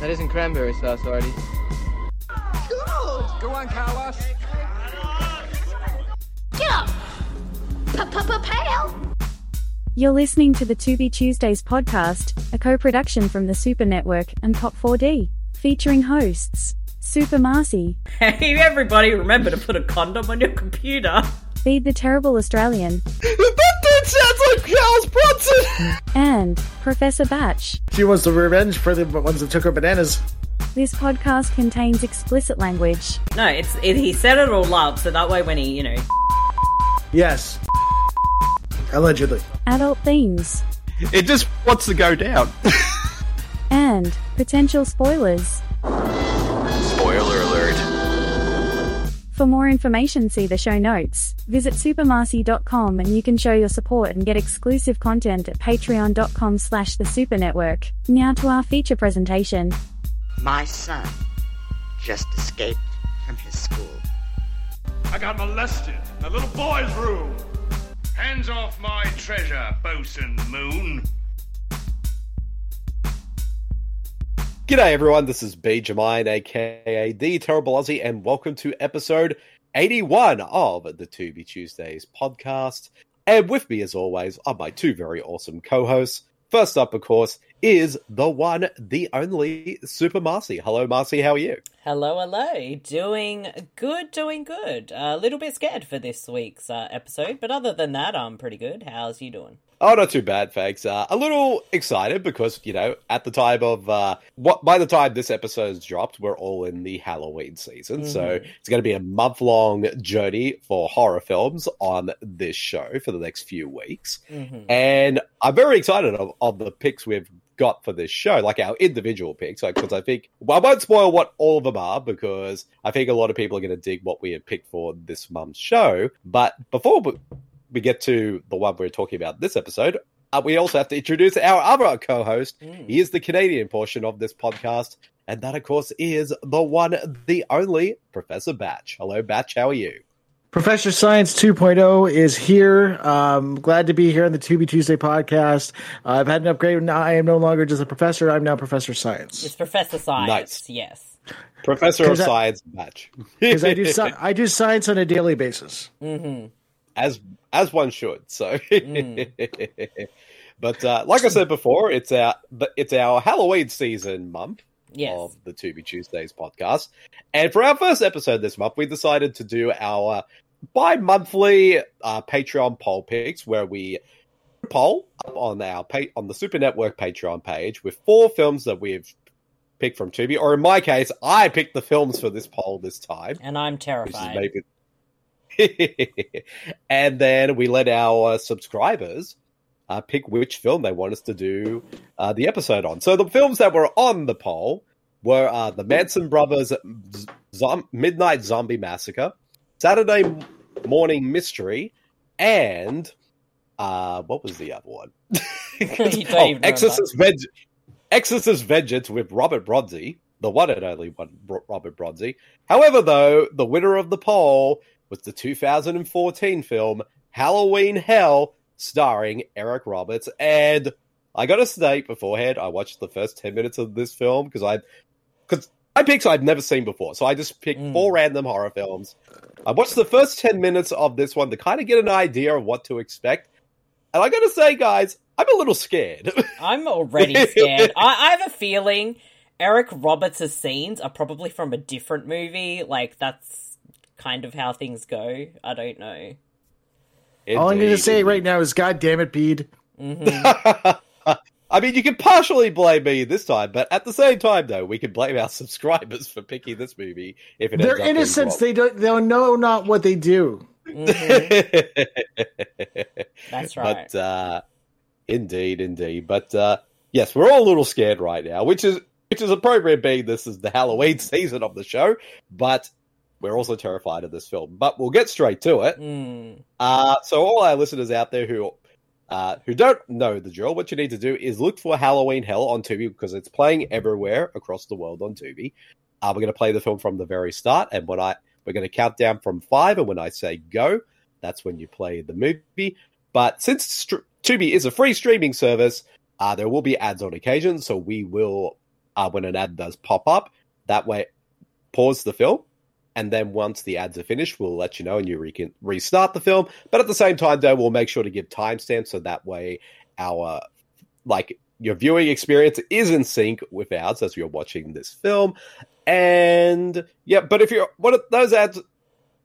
That isn't cranberry sauce, Artie. Go on, Carlos. Get up! Pa-pa-pa-pale! You're listening to the To Be Tuesdays podcast, a co production from the Super Network and Pop4D, featuring hosts Super Marcy, Hey, everybody, remember to put a condom on your computer. Feed the Terrible Australian, That dude sounds like Charles Bronson! and Professor Batch. She wants the revenge for the ones that took her bananas. This podcast contains explicit language. No, it's it, he said it all up, so that way when he, you know, Yes. Allegedly. adult themes, It just wants to go down. and potential spoilers. Spoiler alert. For more information, see the show notes. Visit supermarcy.com and you can show your support and get exclusive content at patreon.com slash the super network. Now to our feature presentation. My son just escaped from his school. I got molested in a little boy's room. Hands off my treasure, Bosun Moon. G'day everyone, this is B Jermaine, aka The Terrible Aussie, and welcome to episode 81 of the To Be Tuesdays podcast. And with me, as always, are my two very awesome co hosts. First up, of course, is the one, the only Super Marcy. Hello, Marcy, how are you? hello, hello, doing good, doing good. A little bit scared for this week's uh, episode, but other than that, I'm pretty good. How's you doing? Oh, not too bad, thanks. Uh, a little excited because, you know, at the time of, uh, what, by the time this episode is dropped, we're all in the Halloween season. So it's going to be a month long journey for horror films on this show for the next few weeks. Mhm. And I'm very excited of, of the picks we've got for this show, like our individual picks, because I think, well, I won't spoil what all of them are because I think a lot of people are going to dig what we have picked for this month's show. But before we- we get to the one we're talking about this episode, uh, we also have to introduce our other co host. Mm. He is the Canadian portion of this podcast. And that, of course, is the one, the only Professor Batch. Hello, Batch. How are you? Professor Science 2.0 is here. Um, glad to be here on the 2B Tuesday podcast. Uh, I've had an upgrade. Now I am no longer just a professor. I'm now Professor It's Science. Professor Science. Nice. Yes. Professor of 'Cause I- Science Batch. Because I, do sci- I do science on a daily basis. Mm-hmm. as as one should. So, Mm. but uh, like I said before, it's our it's our Halloween season month Yes. of the To Be Tuesdays podcast, and for our first episode this month, we decided to do our bi-monthly uh, Patreon poll picks, where we poll up on our pa- on the Super Network Patreon page with four films that we've picked from Tubi, or in my case, I picked the films for this poll this time and I'm terrified. which is maybe. and then we let our uh, subscribers uh, pick which film they want us to do uh, the episode on. So the films that were on the poll were uh, the Manson Brothers Z- Zom- Midnight Zombie Massacre, Saturday Morning Mystery, and uh, what was the other one? don't even Oh, remember. Exorcist, Veg- Exorcist Vengeance with Robert Bronzi, the one and only one, Ro- Robert Bronzi. However, though, the winner of the poll was the 2014 film Halloween Hell, starring Eric Roberts. And I got to state beforehand, I watched the first 10 minutes of this film because I. Because I picked I've never seen before, so I just picked Mm. four random horror films. I watched the first ten minutes of this one to kind of get an idea of what to expect, and I got to say, guys, I'm a little scared. I'm already scared. I, I have a feeling Eric Roberts' scenes are probably from a different movie. Like, that's kind of how things go. I don't know. All I need to Indeed, say right indeed. now is, God damn it, Bede. hmm I mean, you can partially blame me this time, but at the same time, though, we can blame our subscribers for picking this movie if it They're ends up being innocents. wrong. They don't, they don't know not what they do. That's right. But uh, indeed, indeed. But uh, yes, we're all a little scared right now, which is which is appropriate, being this is the Halloween season of the show. But we're also terrified of this film. But we'll get straight to it. Mm. Uh, so all our listeners out there who uh, who don't know the drill, what you need to do is look for Halloween Hell on Tubi because it's playing everywhere across the world on Tubi. Uh, we're going to play the film from the very start, and when I we're going to count down from five, and when I say go, that's when you play the movie. But since str Tubi is a free streaming service, uh, there will be ads on occasion, so we will uh, when an ad does pop up. That way, pause the film. And then once the ads are finished, we'll let you know and you re- can restart the film. But at the same time, though, we'll make sure to give timestamps so that way our, like, your viewing experience is in sync with ours as you're watching this film. And yeah, but if you're one of those ads,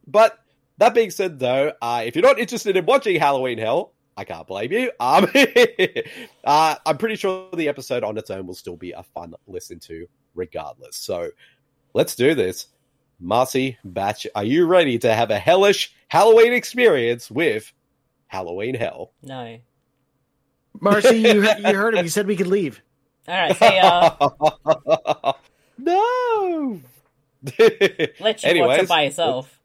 but that being said, though, uh, if you're not interested in watching Halloween Hell, I can't blame you. Um, uh, I'm pretty sure the episode on its own will still be a fun listen to, regardless. So let's do this. Marcy Batch, are you ready to have a hellish Halloween experience with Halloween Hell? No. Marcy, you, you heard him. He said we could leave. All right, see ya. no. Let you watch it by yourself.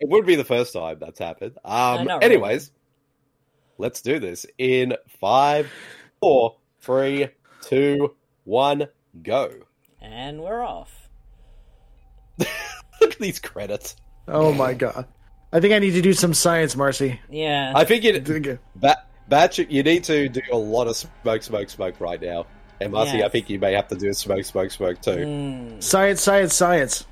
It would be the first time that's happened. Um, not really. anyways, let's do this in five, four, three, two, one, go. And we're off. Look at these credits. Oh my god. I think I need to do some science, Marcy. Yeah. I think I think you, I- ba- Batch, you need to do a lot of smoke, smoke, smoke right now. And Marcy, I Yes. Mm. think you may have to do smoke, smoke, smoke too. Science, science, science.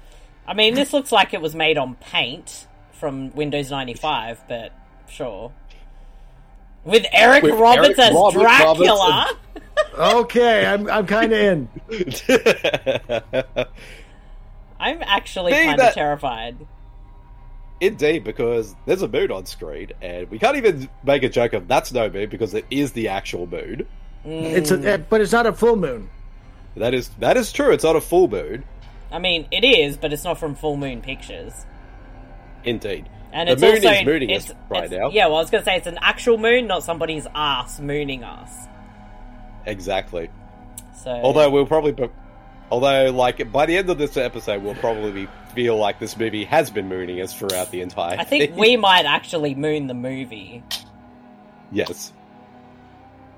I mean, this looks like it was made on paint from Windows 95, but sure. With Eric With Eric Roberts as Robert Roberts Dracula. Okay, I'm I'm kind of in. I'm actually Being kind of that- terrified. Indeed, because there's a moon on screen, and we can't even make a joke of that's no moon because it is the actual moon. It's Hmm. a, eh, but it's not a full moon. That is that is true. It's not a full moon, I mean, it is, but it's not from Full Moon Pictures. indeed. And the it's moon also is mooning it's, us right it's- now. Yeah, well, I was gonna say it's an actual moon, not somebody's ass mooning us. Exactly. So, Although we'll probably, be- although like by the end of this episode, we'll probably be- feel like this movie has been mooning us throughout the entire. I think thing. we might actually moon the movie. Yes.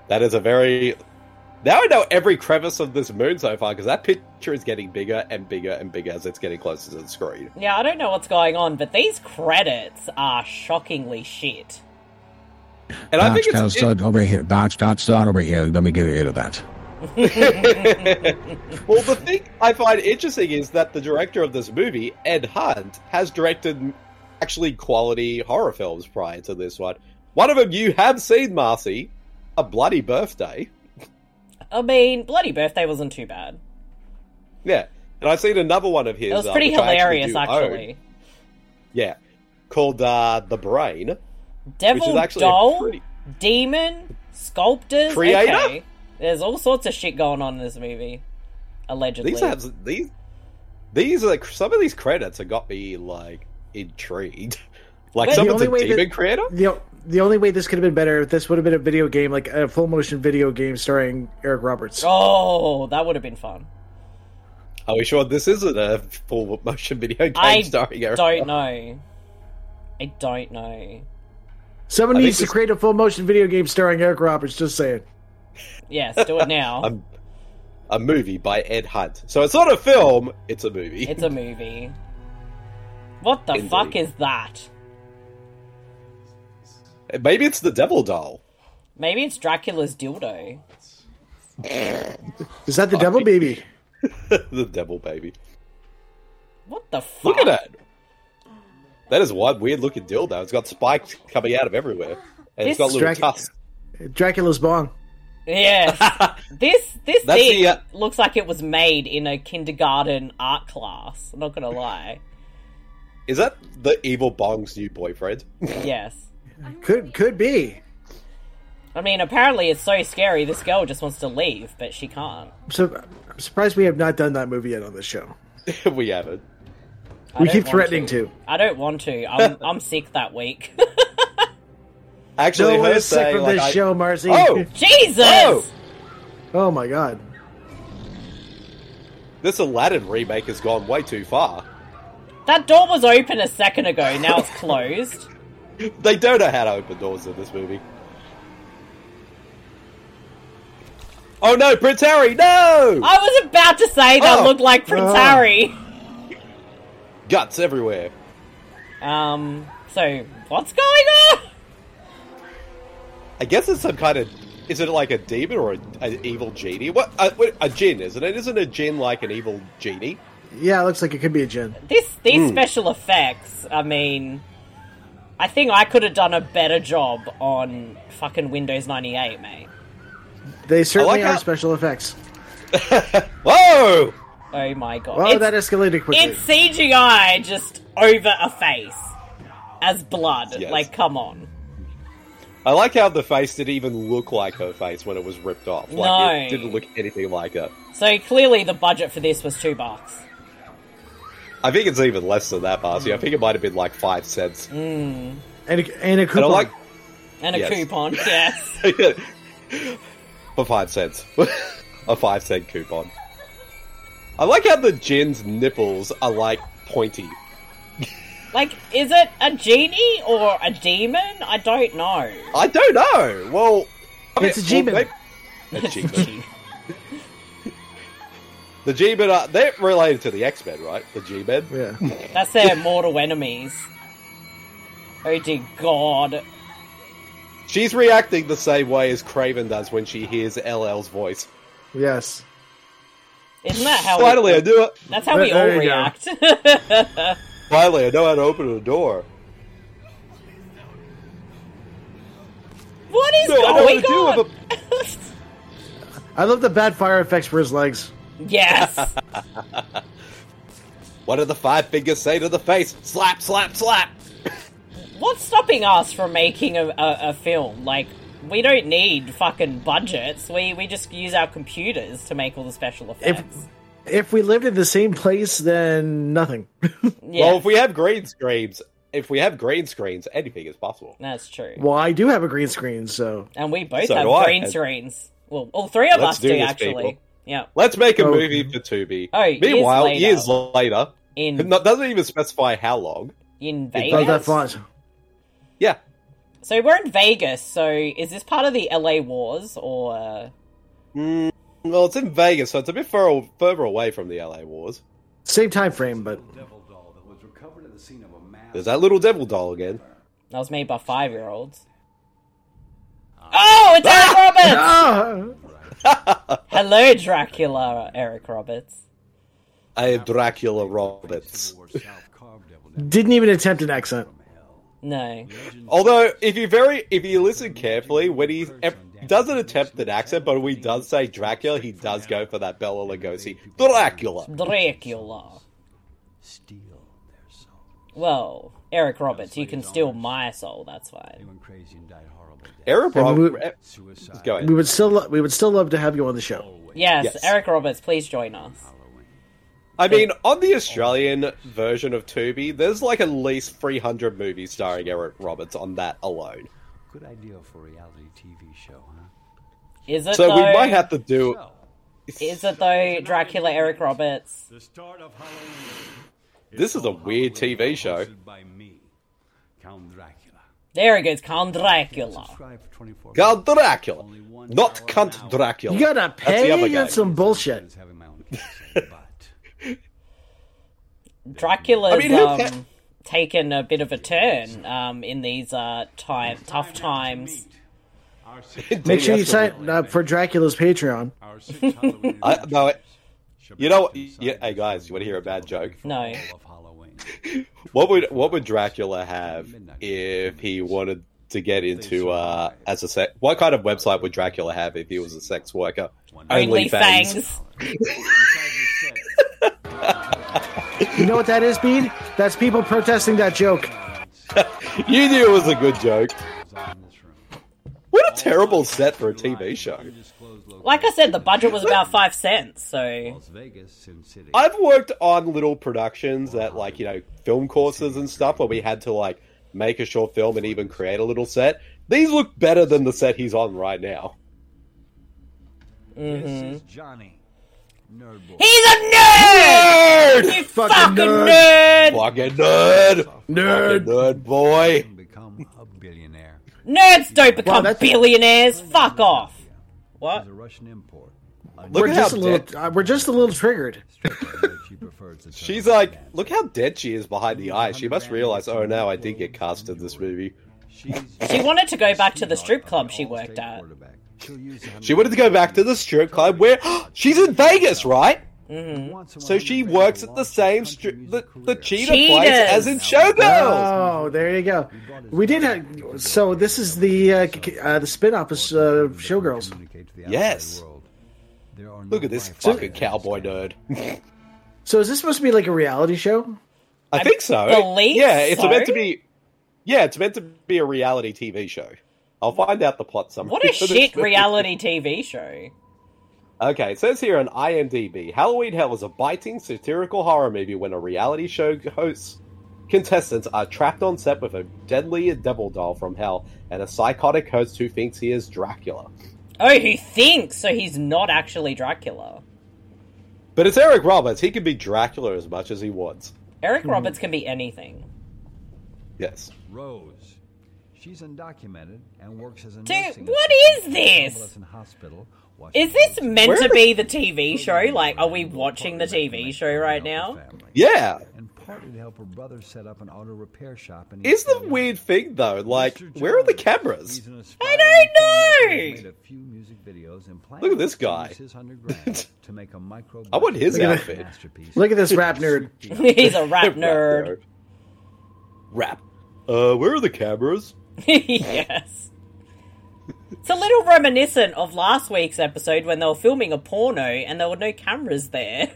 That is a very. Now I know every crevice of this moon so far because that picture is getting bigger and bigger and bigger as it's getting closer to the screen. Yeah, I don't know what's going on, but these credits are shockingly shit. And I Dodge, think dodge, it's. dodge over here. Dodge, dodge, dodge over here. Let me get rid of that. well, the thing I find interesting is that the director of this movie, Ed Hunt, has directed actually quality horror films prior to this one. One of them you have seen, Marcy, A Bloody Birthday. I mean, Bloody Birthday wasn't too bad. Yeah. And I've seen another one of his. It was uh, pretty which I hilarious, do own. actually. Yeah. Called uh, The Brain. Devil actually a doll, pretty- demon, sculptors. Creator? Okay. There's all sorts of shit going on in this movie. Allegedly. These have these these are some of these credits have got me like intrigued. Like But- The someone's only a way that- demon creator. The the only way this could have been better if this would have been a video game, like a full motion video game starring Eric Roberts. Oh, that would have been fun. Are we sure this isn't a full motion video game I starring Eric? don't know. I don't know. Someone I think needs to this- create a full motion video game starring Eric Roberts. Just saying. Yes, do it now. Um, a movie by Ed Hunt. So it's not a film; it's a movie. it's a movie. What the Indeed. fuck is that? Maybe it's the Devil Doll. Maybe it's Dracula's dildo. Is that the devil baby? the Devil Baby. What the fuck? Look at that. That is one weird looking dildo. It's got spikes coming out of everywhere, and This it's got little Drac- tusks. Dracula's bong. Yes. this this That's thing the, uh, looks like it was made in a kindergarten art class. I'm not gonna lie. Is that the evil Bong's new boyfriend? yes. Could could be. I mean, apparently it's so scary. This girl just wants to leave, but she can't. I'm, sur- I'm surprised we have not done that movie yet on this show. we haven't. I We don't keep want threatening to. I don't want to. I'm I'm sick that week. Actually, No one her is sick saying, from like, this I- show, Marcy. Oh! Jesus. Oh! Oh my god. This Aladdin remake has gone way too far. That door was open a second ago. Now it's closed. They don't know how to open doors in this movie. Oh no, Prince Harry, no! I was about to say that Oh. looked like Prince Oh. Harry. Guts everywhere. Um. So what's going on? I guess it's some kind of Is it like a demon or a, an evil genie? What a, what- a djinn, isn't it? Isn't a djinn like an evil genie? Yeah, it looks like it could be a gin. This these special effects, I mean I think I could have done a better job on fucking Windows 98, mate. They certainly how- are special effects. Whoa! Oh my god. Well, It's- that escalated quickly. It's CGI just over a face as blood. Yes. Like, come on. I like how the face didn't even look like her face when it was ripped off. Like it No. didn't look anything like her. So clearly, the budget for this was two bucks. I think it's even less than that, Marcy. I think it might have been like five cents. And a, and a And I coupon. like And a Yes. coupon, yes. for five cents. a five cent coupon. I like how the gin's nipples are like pointy. Like, is it a genie or a demon? I don't know. I don't know. Well, I mean, It's a G-man. well, they- a G-man. the G men are they're related to the X Men, right? The G men. yeah. That's their mortal enemies. Oh dear god. She's reacting the same way as Craven does when she hears LL's voice. Yes. Isn't that how Finally, I we, do it. That's how we There all you go. react. Finally, I know how to open the door. what is No, I know going what to on? do I love the bad fire effects for his legs. yes. What do the five fingers say to the face? Slap, slap, slap. What's stopping us from making a, a, a film? Like, we don't need fucking budgets. We we just use our computers to make all the special If effects. if we lived in the same place, then nothing. yeah, Well, if we have green screens, if we have green screens, anything is possible. that's true. well, I do have a green screen, so and we both So have do I. green screens. Well, all three of Let's us do, do this, actually. people. Yeah, Let's make a Oh. movie for Tubi. Oh, years Meanwhile, later. years later, in no, doesn't even specify how long. in love that Vegas. font. Yeah, So we're in Vegas. So is this part of the LA Wars or? Uh... Mm, well, it's in Vegas, so it's a bit fur- further away from the LA Wars. Same time frame, but devil doll that was recovered at the scene of a mass. There's that little devil doll again. That was made by five year olds. Oh, it's Eric Roberts! ah, Hello, Dracula, Eric Roberts. I am Dracula Roberts. South carved devil now didn't even attempt an accent. No. Although, if you very, if you listen carefully, when he e- doesn't attempt an accent, but when he does say Dracula, he does go for that Bella Lugosi Dracula. Dracula. steal their soul. Well, Eric Roberts, you can steal my soul, that's They fine. went crazy and died horrible death. Eric we- Roberts. Suicide. Go We ahead. would still lo- we would still love to have you on the show. Yes, Yes. Eric Roberts, please join us. I mean, on the Australian version of Tubi, there's like at least 300 movies starring Eric Roberts on that alone. Good idea for a reality TV show, huh? Is it So though? we might have to do. Is it though Dracula Eric Roberts? The start of Halloween. This is a weird TV show. Hosted By me, Count Dracula. There he goes, Count Dracula. Subscribe for 24 God Dracula, not cunt Dracula. You gotta That's the other pay. guy. That's some bullshit. minutes having my own kitchen, but Dracula's I mean, who um, ca- taken a bit of a turn um, in these uh, time tough times. our Indeed, six, Make sure you that's what- sign up for Dracula's Patreon. our six Halloween I, no, I- should you know, what- be yeah, hey guys, you want to hear a bad joke? No. of Halloween. What would what would Dracula have if he wanted to get into uh, as a sex? What kind of website would Dracula have if he was a sex worker? Only OnlyFans. fangs. You know what that is, Bede? That's people protesting that joke. You knew it was a good joke. In this room. Mm-hmm. What a terrible set for a TV show. Like I said, the budget was about five cents, so Las Vegas, Sin City. I've worked on little productions that, like, you know, film courses and stuff where we had to, like, make a short film and even create a little set. These look better than the set he's on right now. This is Johnny. Nerd boy. he's a nerd. Nerd! You fucking nerd! nerd! Fucking nerd! Nerd. Fucking nerd boy! Become a billionaire. Nerds don't become that's- billionaires. Fuck off. What? He's a Russian import. Uh, Look We're at just a how dead. little. Uh, we're just a little triggered. she prefers the term She's like, man. look how dead she is behind the eyes. She must realize, oh no, I did get cast in this movie. She's She wanted to go back to the strip club she worked at. Quarterback. She'll use it on She wanted to go back to the strip club where she's in Vegas, right? once in a So while she you'll works make a at the launch same country strip, the, music the career. cheetah place Cheetahs! as in Showgirls. Oh, there you go. We did have. So this is the uh, k- k- uh, the spin off of uh, Showgirls. Communicate to the outside Yes. world. There are no Look at this byproducts fucking of cowboy nerd. So is this supposed to be like a reality show? I think so. believe yeah, it's so. meant to be. Yeah, it's meant to be a reality TV show. I'll find out the plot summary. What a for this shit thing. reality TV show. Okay, it says here on IMDb, Halloween Hell is a biting satirical horror movie when a reality show hosts contestants are trapped on set with a deadly devil doll from hell and a psychotic host who thinks he is Dracula. Oh, who thinks? So he's not actually Dracula. But it's Eric Roberts. He can be Dracula as much as he wants. Eric Roberts can be anything. Yes. Rose. She's undocumented and works as a Dude, nursing what assistant is this? in hospital. watching Is this meant Where to the- Oh, be the TV show? Like, are we watching the TV show right now? Yeah. And partly to help her brother set up an auto repair shop. In Is the East weird thing though, like, Mr. where are the Jones, cameras? he's an aspiring don't know! filmmaker who's made a few music videos and plans Look at this to use guy. his 100 grand to make a micro I want his budget outfit. masterpiece. Look at this rap nerd. he's a rap nerd. Rap. Uh, where are the cameras? yes. It's a little reminiscent of last week's episode when they were filming a porno and there were no cameras there.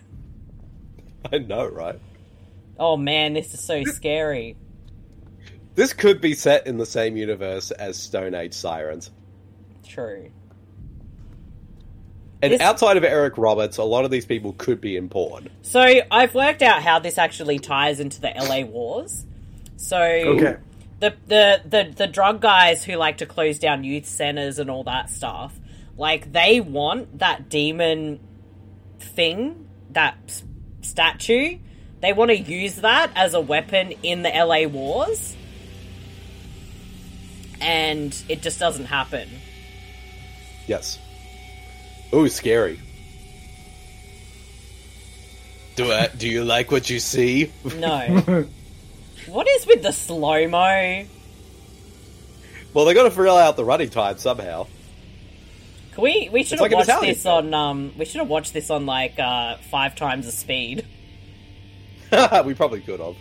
I know, right? Oh man, this is so scary. This could be set in the same universe as Stone Age Sirens. True. And This- outside of Eric Roberts, a lot of these people could be in porn. So I've worked out how this actually ties into the LA Wars. So Okay. the, the the the drug guys who like to close down youth centers and all that stuff, like they want that demon thing, that s- statue. They want to use that as a weapon in the LA Wars, and it just doesn't happen. Yes. Ooh, scary. Do I, do you like what you see? No. what is with the slow mo? Well, they got to figure out the running time somehow. Can we we should like an have watched Italian this film. on um we should have watched this on like uh five times the speed. we probably could have.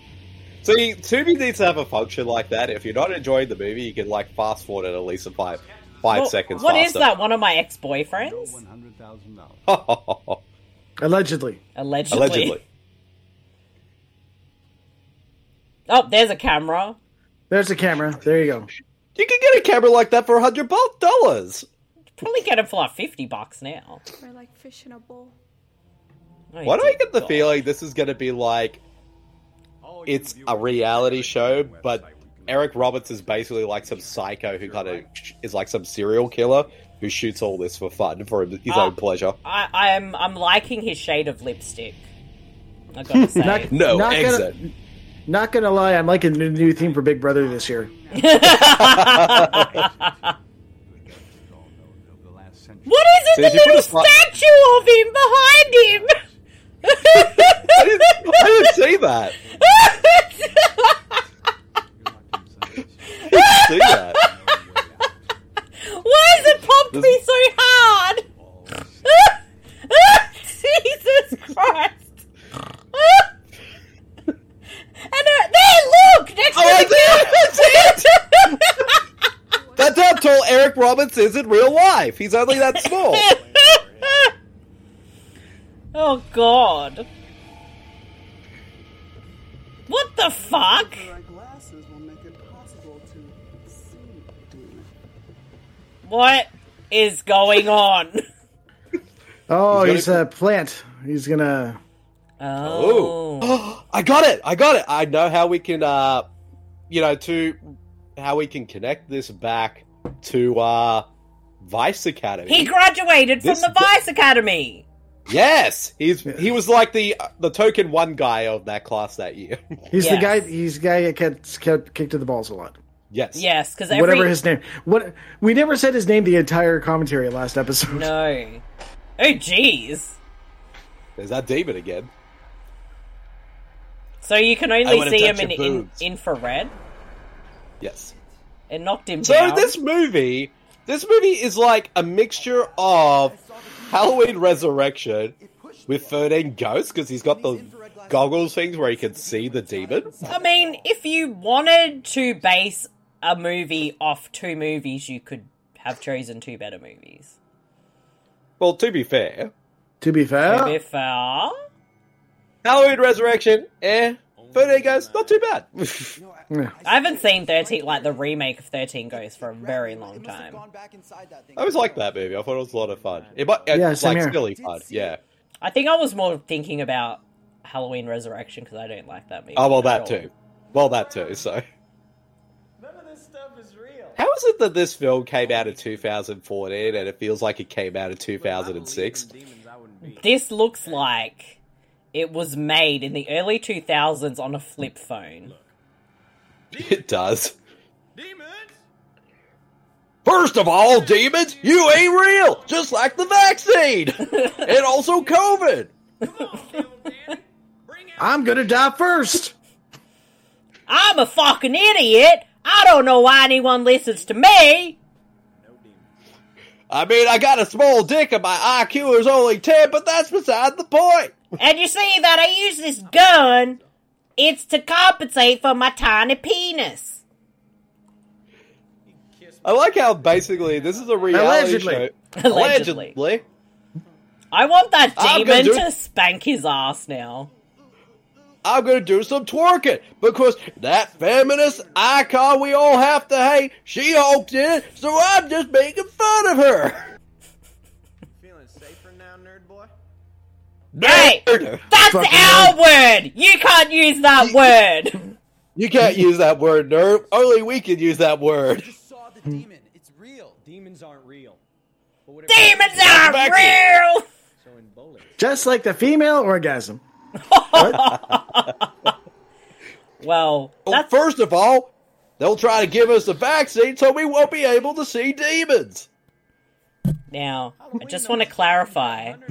See, Tubi needs to have a function like that. If you're not enjoying the movie, you can like fast forward it at least in five five What is seconds. that? One of my ex No boyfriends? $100,000. that? Allegedly. Allegedly. Allegedly. Oh, there's a camera. There's the camera. There you go. You can get a camera like that for a hundred bu- dollars. Probably get it for like fifty bucks now. We're like fish in a bowl. Oh, Why do I dear get the God. feeling this is going to be like it's a reality show, but Eric Roberts is basically like some psycho who kind of is like some serial killer who shoots all this for fun for his Ah. own pleasure. I, I'm I'm liking his shade of lipstick. I gotta say. No Not gonna- exit. Not gonna lie, I'm liking the new theme for Big Brother this year. Of the last century. What is See, if it? the you put a sli- little statue of him behind him. I didn't, I didn't see that. I didn't see that. Why has it popped This- me so hard? Jesus Christ! and uh, there, look next Oh, I to see it! I see it! That's how tall Eric Roberts is in real life. He's only that small. the. oh God! What the fuck? glasses will make it possible to see demon. What is going on? Oh, He's he's, a plant. He's gonna. Oh. I got it. I got it. I know how we can, uh, you know, to how we can connect this back to uh, Vice Academy. He graduated from This- the Vice Academy. yes, he's he was like the the token one guy of that class that year. He's the Yes. guy. He's the guy that gets kept kicked in the balls a lot. yes, Yes, because every Whatever his name. What we never said his name the entire commentary last episode. no. Oh jeez. There's that demon again. So you can I only wanna see him touch in, your in boobs. infrared. Yes. It knocked him So down. this movie This movie is like a mixture of Halloween Resurrection with 13 Ghosts because he's got the goggles things where he can see the demon. I mean, if you wanted to base a movie off two movies, you could have chosen two better movies. Well, to be fair, To be To fair, be fair, Halloween Resurrection, eh? 13 Ghosts, not too bad. I haven't seen 13, like the remake of 13 Ghosts for a very long time. I always liked that movie. I thought it was a lot of fun. It, might- it's Yeah, same like here. silly fun. Yeah. I think I was more thinking about Halloween Resurrection because I don't like that movie. Oh well, that at all. too. Well, that too. So. None of this stuff is real. How is it that this film came out in 2014 and it feels like it came out in 2006? This looks like it was made in the early 2000s on a flip phone. It does. First of all, demons, you ain't real, just like the vaccine, and also COVID. I'm gonna die first. I'm a fucking idiot! I don't know why anyone listens to me! I mean, I got a small dick and my IQ is only 10, but that's beside the point. And you see that I use this gun, it's to compensate for my tiny penis. I like how basically this is a reality Allegedly. show. Allegedly. Allegedly. I want that I'm gonna demon do- to spank his ass now. I'm gonna do some twerking because that feminist icon we all have to hate, she Hulk did it, so I'm just making fun of her. Feeling safer now, nerd boy? Hey! That's our word! You can't use that word! You can't use that word, nerd. Only we can use that word. Saw the demon. It's real. Demons aren't real. But whatever Demons are Back real! so in bowling. Just like the female orgasm. Well, Well, that's Oh, first of all, they'll try to give us a vaccine so we won't be able to see demons. Now, I just want to clarify.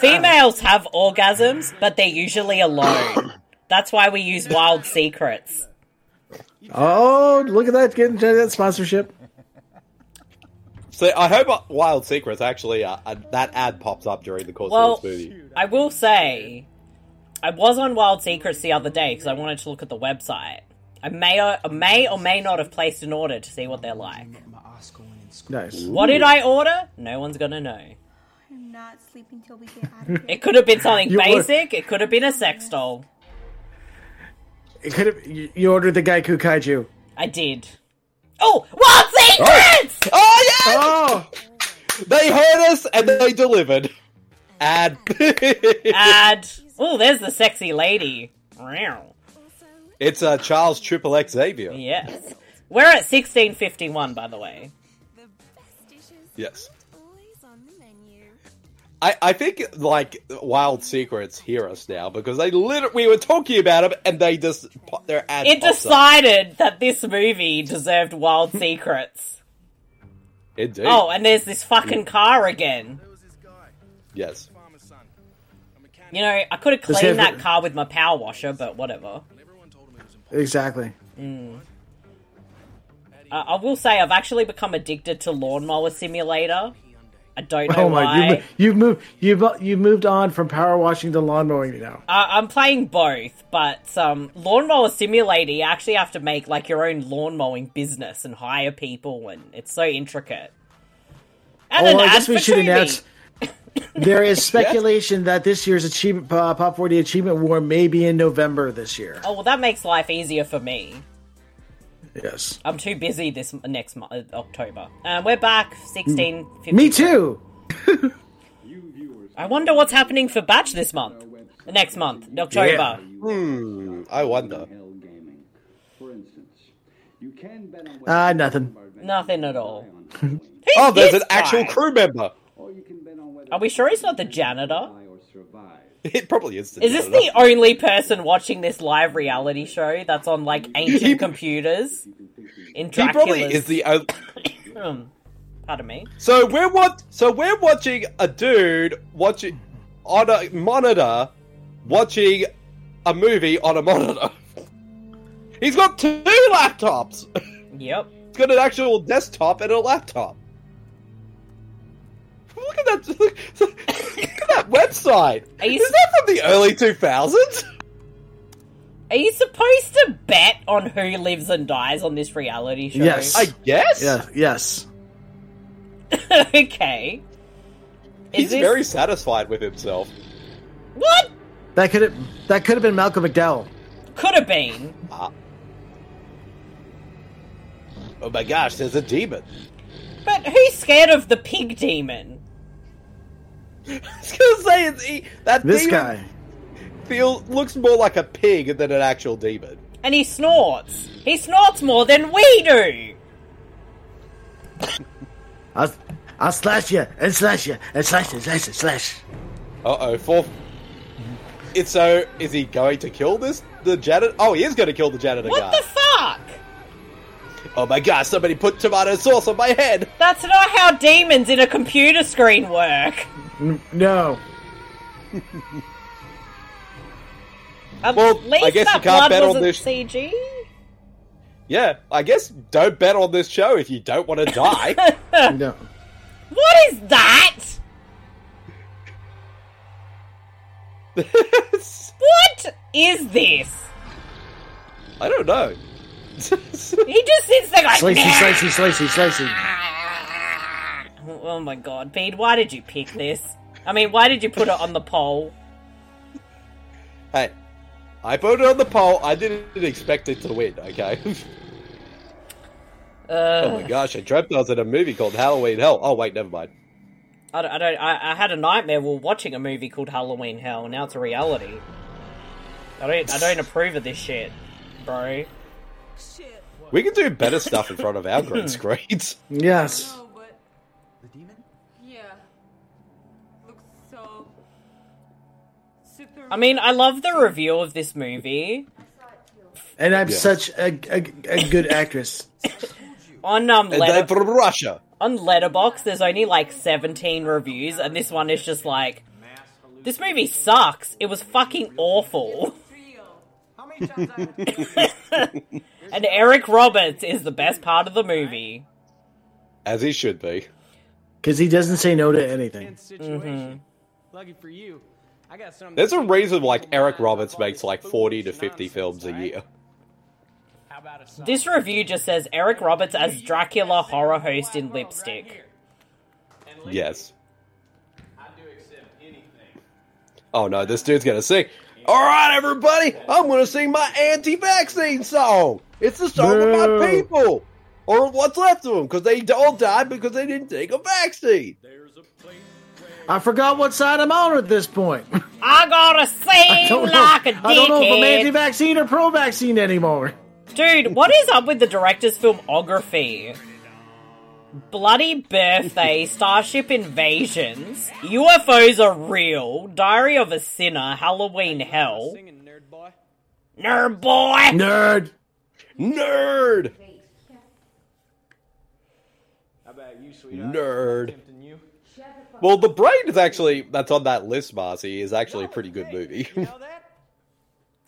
Females have orgasms, but they're usually alone. That's why we use wild secrets. Oh, look at that! Getting that sponsorship. So I hope uh, Wild Secrets actually uh, uh, that ad pops up during the course Well, of this movie. I will say, I was on Wild Secrets the other day because I wanted to look at the website. I may or, I may or may not have placed an order to see what they're like. Nice. What did I order? No one's gonna know. I'm not sleeping till we get out of here. It could have been something You were- basic. It could have been a sex doll. It could have. You you ordered the Gaiku Kaiju. I did. Oh, Wild Secrets! Oh yeah! Oh, They heard us and they delivered. Ad. Ad. Oh, there's the sexy lady. Meow. it's uh, Charles Triple X Xavier. Yes. We're at 1651, by the way. The best dishes Yes. always on the menu. I, I think like Wild Secrets hear us now because they literally we were talking about them and they just pop their ad. It pops up. decided that this movie deserved Wild Secrets. Indeed. Oh, and there's this fucking car again. Who's this guy? yes. Farmer's son. A mechanic. You know, I could have have cleaned that the- car with my power washer, but whatever. Everyone told him he was important. exactly. Uh, I will say, I've actually become addicted to Lawnmower Simulator. I don't know Oh why. my! You, you've moved. You've you've moved on from power washing to lawn mowing now. I- Uh, I'm playing both, but um, lawnmower simulator, you actually have to make like your own lawn mowing business and hire people, and it's so intricate. And Oh, an I ad guess for we should Tubi. announce. There is speculation that this year's achievement uh, Pop 40 Achievement War may be in November this year. Oh well, that makes life easier for me. Yes. I'm too busy this next month, uh, October. Um, we're back sixteen. Mm. Me too. I wonder what's happening for batch this month, next month, October. Hmm. I wonder. Ah, nothing. Nothing at all. Oh, there's this an actual guy? crew member. Are we sure he's not the janitor? It probably is. Is this the only person watching this live reality show that's on like ancient He- computers? In He Dracula's. probably is the only. Pardon me. So we're what? So we're watching a dude watching on a monitor, watching a movie on a monitor. He's got two laptops. Yep. It's got an actual desktop and a laptop. Look at that! Look, look at that website. Are you Is that from the early two thousands? Are you supposed to bet on who lives and dies on this reality show? Yes. I guess. Yeah, yes. okay. Is He's this- very satisfied with himself. What? That could have that could have been Malcolm McDowell. Could have been. Ah. Oh my gosh! There's a demon. But who's scared of the pig demon? I was gonna say it's, he, that This demon guy. feel looks more like a pig than an actual demon. And he snorts. He snorts more than we Oh do. I'll, I'll slash you and slash you and slash you, slash you, slash. Uh oh, fourth. It's so. Is he going to kill this the janitor? Oh, he is going to kill the janitor What guy. the fuck? oh my gosh! Somebody put tomato sauce on my head. That's not how demons in a computer screen work. N- No. At Well, least I guess that you can't blood bet on wasn't this- CG. Yeah, I guess don't bet on this show if you don't want to die. No. What is that? What is this? I don't know. He just sits there like. Slicey, slicey, slicey, slicey. Oh my god, Bede, why did you pick this? I mean, why did you put it on the poll? hey, I voted on the poll. I didn't expect it to win. Okay. Uh, oh my gosh! I dreamt I was in a movie called Halloween Hell. Oh wait, never mind. I don't. I, don't I, I had a nightmare while watching a movie called Halloween Hell. and Now it's a reality. I don't. I don't approve of this shit, bro. Shit. We can do better stuff in front of our green screens. Yes. No, but The demon? yeah. Looks so super I mean, I love the review of this movie And I'm Yeah. such a, a, a good actress. on um And they're letter, from Russia. on Letterbox. There's only like 17 reviews, and this one is just like, this movie sucks. It was fucking awful. real. How many times I would And Eric Roberts is the best part of the movie. As he should be. Because he doesn't say no to anything. Situation. Lucky for you, I got something. There's a to- reason like Eric Roberts makes like 40 to 50 films a year. How about a song? This review just says Eric Roberts as Dracula horror host in lipstick. Yes. Oh no, this dude's gonna sing. Alright everybody, I'm gonna sing my anti-vaccine song. It's the song of my Boo. people. Or what's left of them, because they all died because they didn't take a vaccine. I forgot what side I'm on at this point. I gotta I sing don't know. like a dickhead. I don't know if I'm anti-vaccine or pro-vaccine anymore. Dude, what is up with the director's filmography? Bloody Birthday, Starship Invasions, UFOs Are Real, Diary of a Sinner, Halloween Hell, Singing nerd boy. Nerd Boy, Nerd. Nerd! How about you, sweetheart? Nerd. Tempting you. Well, The Brain is actually, that's on that list, Marcy, is actually a pretty good Hey, movie. You know that?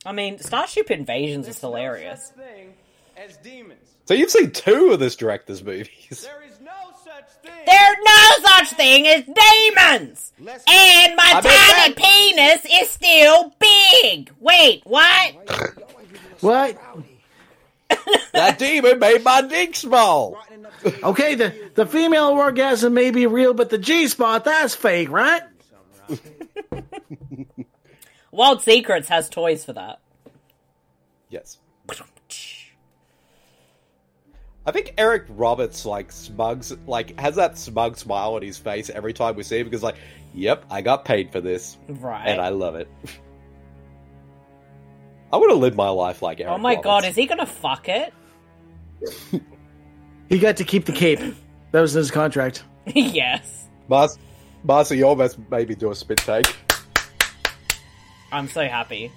I mean, Starship Invasions is hilarious. No such thing as demons. so you've seen two of this director's movies. There is no such thing. There's no such thing as demons! Let's- And my bet tiny penis is still big! Wait, what? What? that demon made my dick small. Okay, the, the female orgasm may be real, but the G-spot, that's fake, right? Wild Secrets has toys for that. Yes. I think Eric Roberts like smugs like has that smug smile on his face every time we see him because like, yep, I got paid for this. Right. And I love it. I want to live my life like Eric. Oh my god, Roberts. is he gonna fuck it? He got to keep the cape. That was in his contract. yes. Mas- Marcy you almost made me do a spit take. I'm so happy.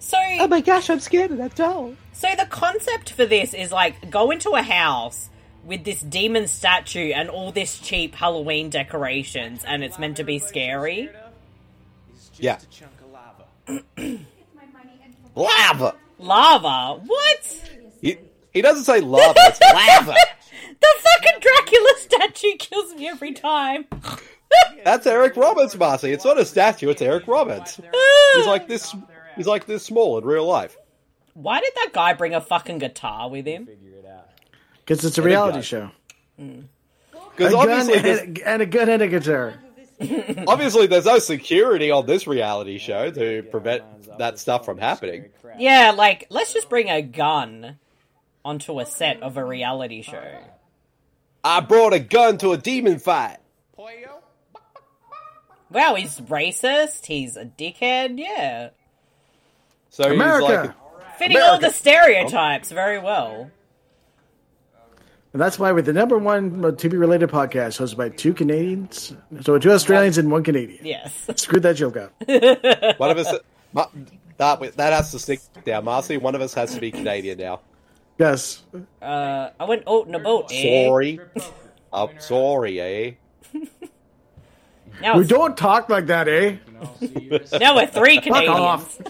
So Oh my gosh, I'm scared of that doll. so the concept for this is like go into a house with this demon statue and all this cheap Halloween decorations and it's meant to be scary. It's just Yeah. a chunk of lava. Lava. Lava. What? He, he doesn't say lava, it's lava. The fucking Dracula statue kills me every time. That's Eric Roberts, Marcy. It's not a statue, it's Eric Roberts. He's like this he's like this small in real life. Why did that guy bring a fucking guitar with him? Because it's a reality show. A Because gun obviously and, there's, a- and a gun and a guitar. obviously there's no security on this reality show to prevent that stuff from happening. Yeah, like let's just bring a gun onto a set of a reality show. I brought a gun to a demon fight. Wow, he's racist. He's a dickhead. Yeah, So he's like America! Oh. fitting all the stereotypes very well. And that's why we're the number one to be related podcast hosted by two Canadians. So two Australians and one Canadian. Yes. Screw that joke up. One of us, Ma- that that has to stick down, Marcy. One of us has to be Canadian now. Yes. Uh, I went out in a boat. eh? Sorry, I'm sorry, eh? Now, We it's- don't talk like that, eh? now we're three Fuck Canadians. off.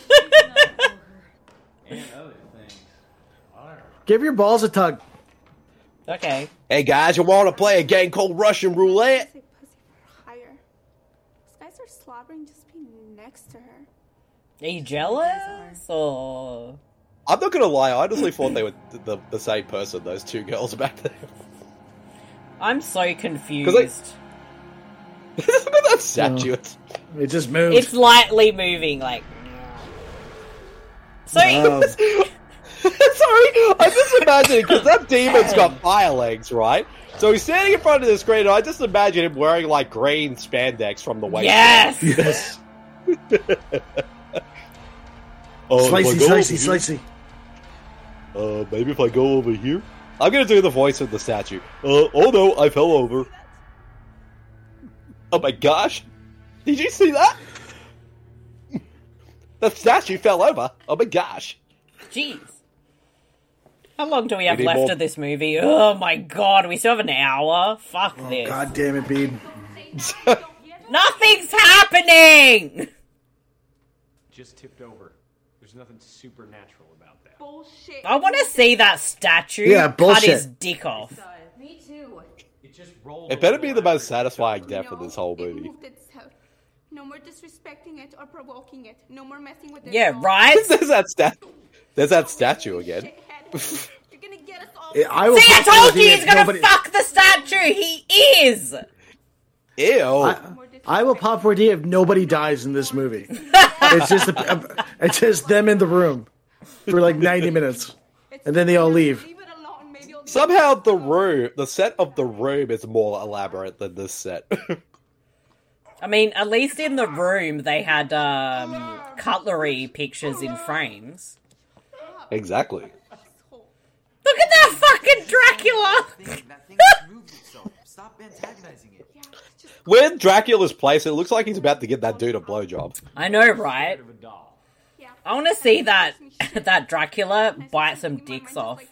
Give your balls a tug. Okay. Hey guys, you want to play a game called Russian roulette? Say pussy for hire. These guys are slobbering just being next to her. Are you jealous? Or I'm not gonna lie. I honestly thought they were th- the, the same person. Those two girls back there. I'm so confused. that statue. it's- It just moves. It's lightly moving, like. So Wow. Sorry, I'm just imagining because that demon's got fire legs, right? So he's standing in front of the screen, and I just imagine him wearing like green spandex from the waist. yes, yes. Oh, if I Slicey, go over slicey, here- slicey. Uh, maybe if I go over here, I'm gonna do the voice of the statue. Uh, oh no, I fell over. Oh my gosh, did you see that? the statue fell over. Oh my gosh. jeez. How long do we have need left more- of this movie? Oh my god, we still have an hour. Fuck this. Oh God damn it, Bede. Nothing's happening. Just tipped over. There's nothing supernatural about that. Bullshit. I want to see that statue Yeah, cut bullshit. his dick off. Me too. It just rolled. It better be the most satisfying death in this whole It movie. moved itself. No more disrespecting it or provoking it. No more messing with it. Yeah, right. There's that statue. There's that statue again. Shithead. You're gonna get us all. I will See, I fuck you told with you he's if gonna nobody- fuck the statue. He is. Ew. I will pop 4D if nobody dies in this movie. it's just a, it's just them in the room for like 90 minutes, and then they all leave. Leave it alone. Maybe you'll Somehow the room, the set of the room is more elaborate than this set. I mean, at least in the room they had um, cutlery pictures in frames. exactly. Look at that fucking Dracula. That thing moved itself. Stop antagonizing it. When Dracula's place, it looks like he's about to get that dude a blowjob. I know, right? I want to see that that Dracula bite some dicks off.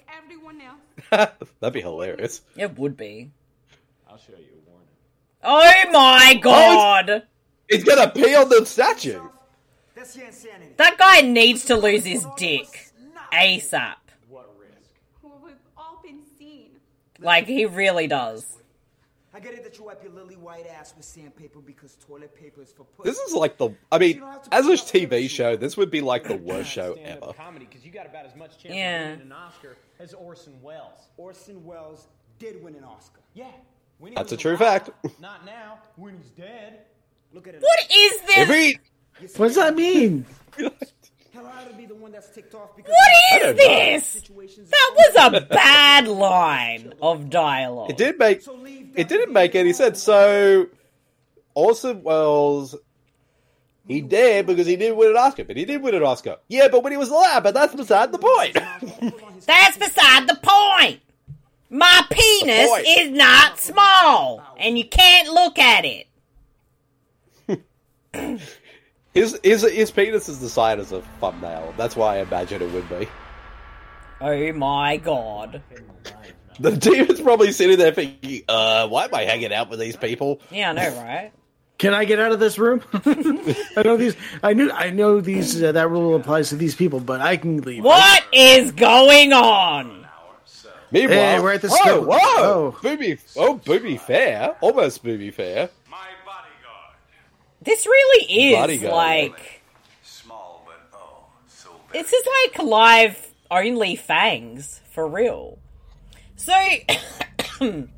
That'd be hilarious. It would be. I'll show you a warning. Oh my god! He's gonna pee on the statue. That's the insanity. That guy needs to lose his dick ASAP. Well, we've all been seen. Like he really does. I get it that you wipe your lily white ass with sandpaper because toilet paper is for pussy. This is like the. I mean, as a TV show, this would be like the worst show ever. Comedy, because you got about as much chance Yeah. of winning an Oscar as Orson Welles. Orson Welles did win an Oscar. Yeah. When he That's was a true alive. fact. Not now. When he's dead. Look at it. What is this? Every. What does that mean? Hell, I ought to be the one that's ticked off because What I is don't know. this? That was a bad line of dialogue. It did make. It didn't make any sense. So, Orson Welles. He did because he did win an Oscar, but he did win an Oscar. Yeah, but when he was alive, but that's beside the point. That's beside the point. My penis point. is not small, and you can't look at it. His his his penis is the size as a thumbnail. That's why I imagine it would be. Oh my god. The demon's probably sitting there thinking, "Uh, why am I hanging out with these people?" Yeah, I know, right? Can I get out of this room? I know these. I knew. I know these. Uh, that rule applies to these people, but I can leave. What? is going on? Meanwhile, Hey, we're at the whoa, scope. Whoa, Oh. booby, oh, booby fair, almost booby fair. This really is Bodyguard. like This is like live only fangs for real. So you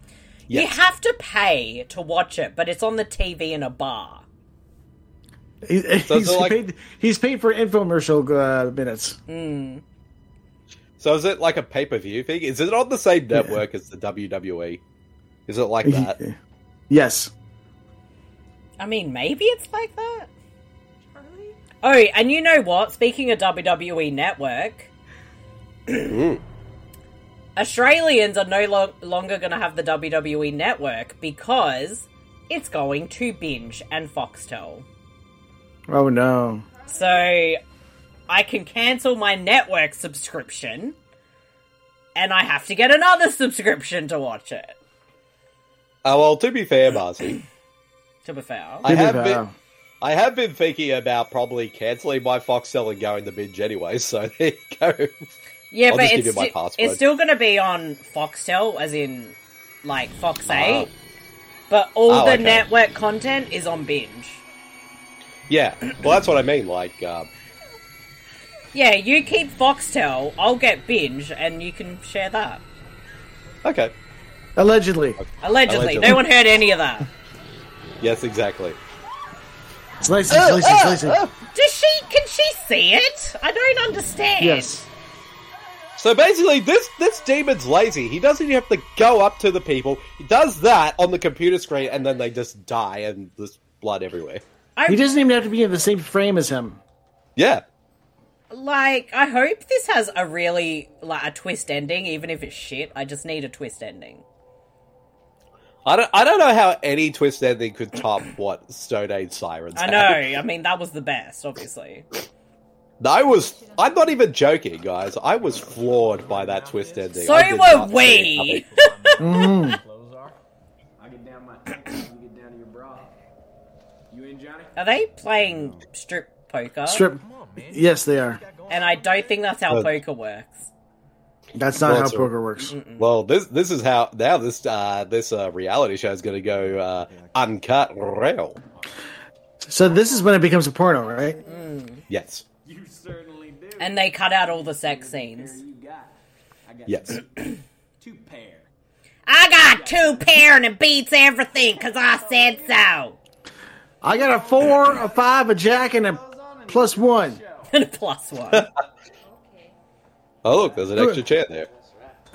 Yes. have to pay to watch it, but it's on the TV in a bar. He- So he's, it's like- paid, he's paid for infomercial uh, minutes. Mm. So is it like a pay per view thing? Is it on the same network as the WWE? Is it like that? Yes. I mean, maybe it's like that. Oh, and you know what? Speaking of WWE Network, Australians are no lo- longer going to have the WWE Network because it's going to Binge and Foxtel. Oh no. So I can cancel my network subscription and I have to get another subscription to watch it. Oh well, to be fair, Marcy, To be fair. I have been, I have been thinking about probably canceling my Foxtel and going to binge anyway. So there you go. Yeah, I'll but just it's, give you my sti- password. it's still going to be on Foxtel, as in like Fox Ah. 8. But all Oh, the okay. network content is on binge. yeah. Well, that's what I mean. Like, um, Yeah, you keep Foxtel, I'll get binge, and you can share that. okay, Allegedly. Allegedly. Allegedly. No one heard any of that. yes, exactly. Slicing, Uh, slicing, uh, slicing. uh, Does she? Can she see it? I don't understand. Yes. So basically, this this demon's lazy. He doesn't even have to go up to the people. He does that on the computer screen, and then they just die, and there's blood everywhere. He doesn't even have to be in the same frame as him. Yeah. Like, I hope this has a really like a twist ending, even if it's shit. I just need a twist ending. I don't, I don't know how any twist ending could top what Stone Age Sirens. I had. know. I mean, that was the best, obviously. I was. I'm not even joking, guys. I was floored by that twist ending. So I did were not see we. it coming. Mm. I get down my pants, you get down to your bra. You in, Johnny? Are they playing strip poker? Strip. Yes, they are. And I don't think that's how Uh, poker works. That's not Well, how it's a- poker works. Well, this this is how now this uh, this uh, reality show is going to go uh, uncut real. So this is when it becomes a porno, right? Yes, And they cut out all the sex scenes. yes. Two pair. I got two pair and it beats everything because I said so. I got a four, a five, a jack, and a plus one. and a plus one. Oh look, there's an extra chair there.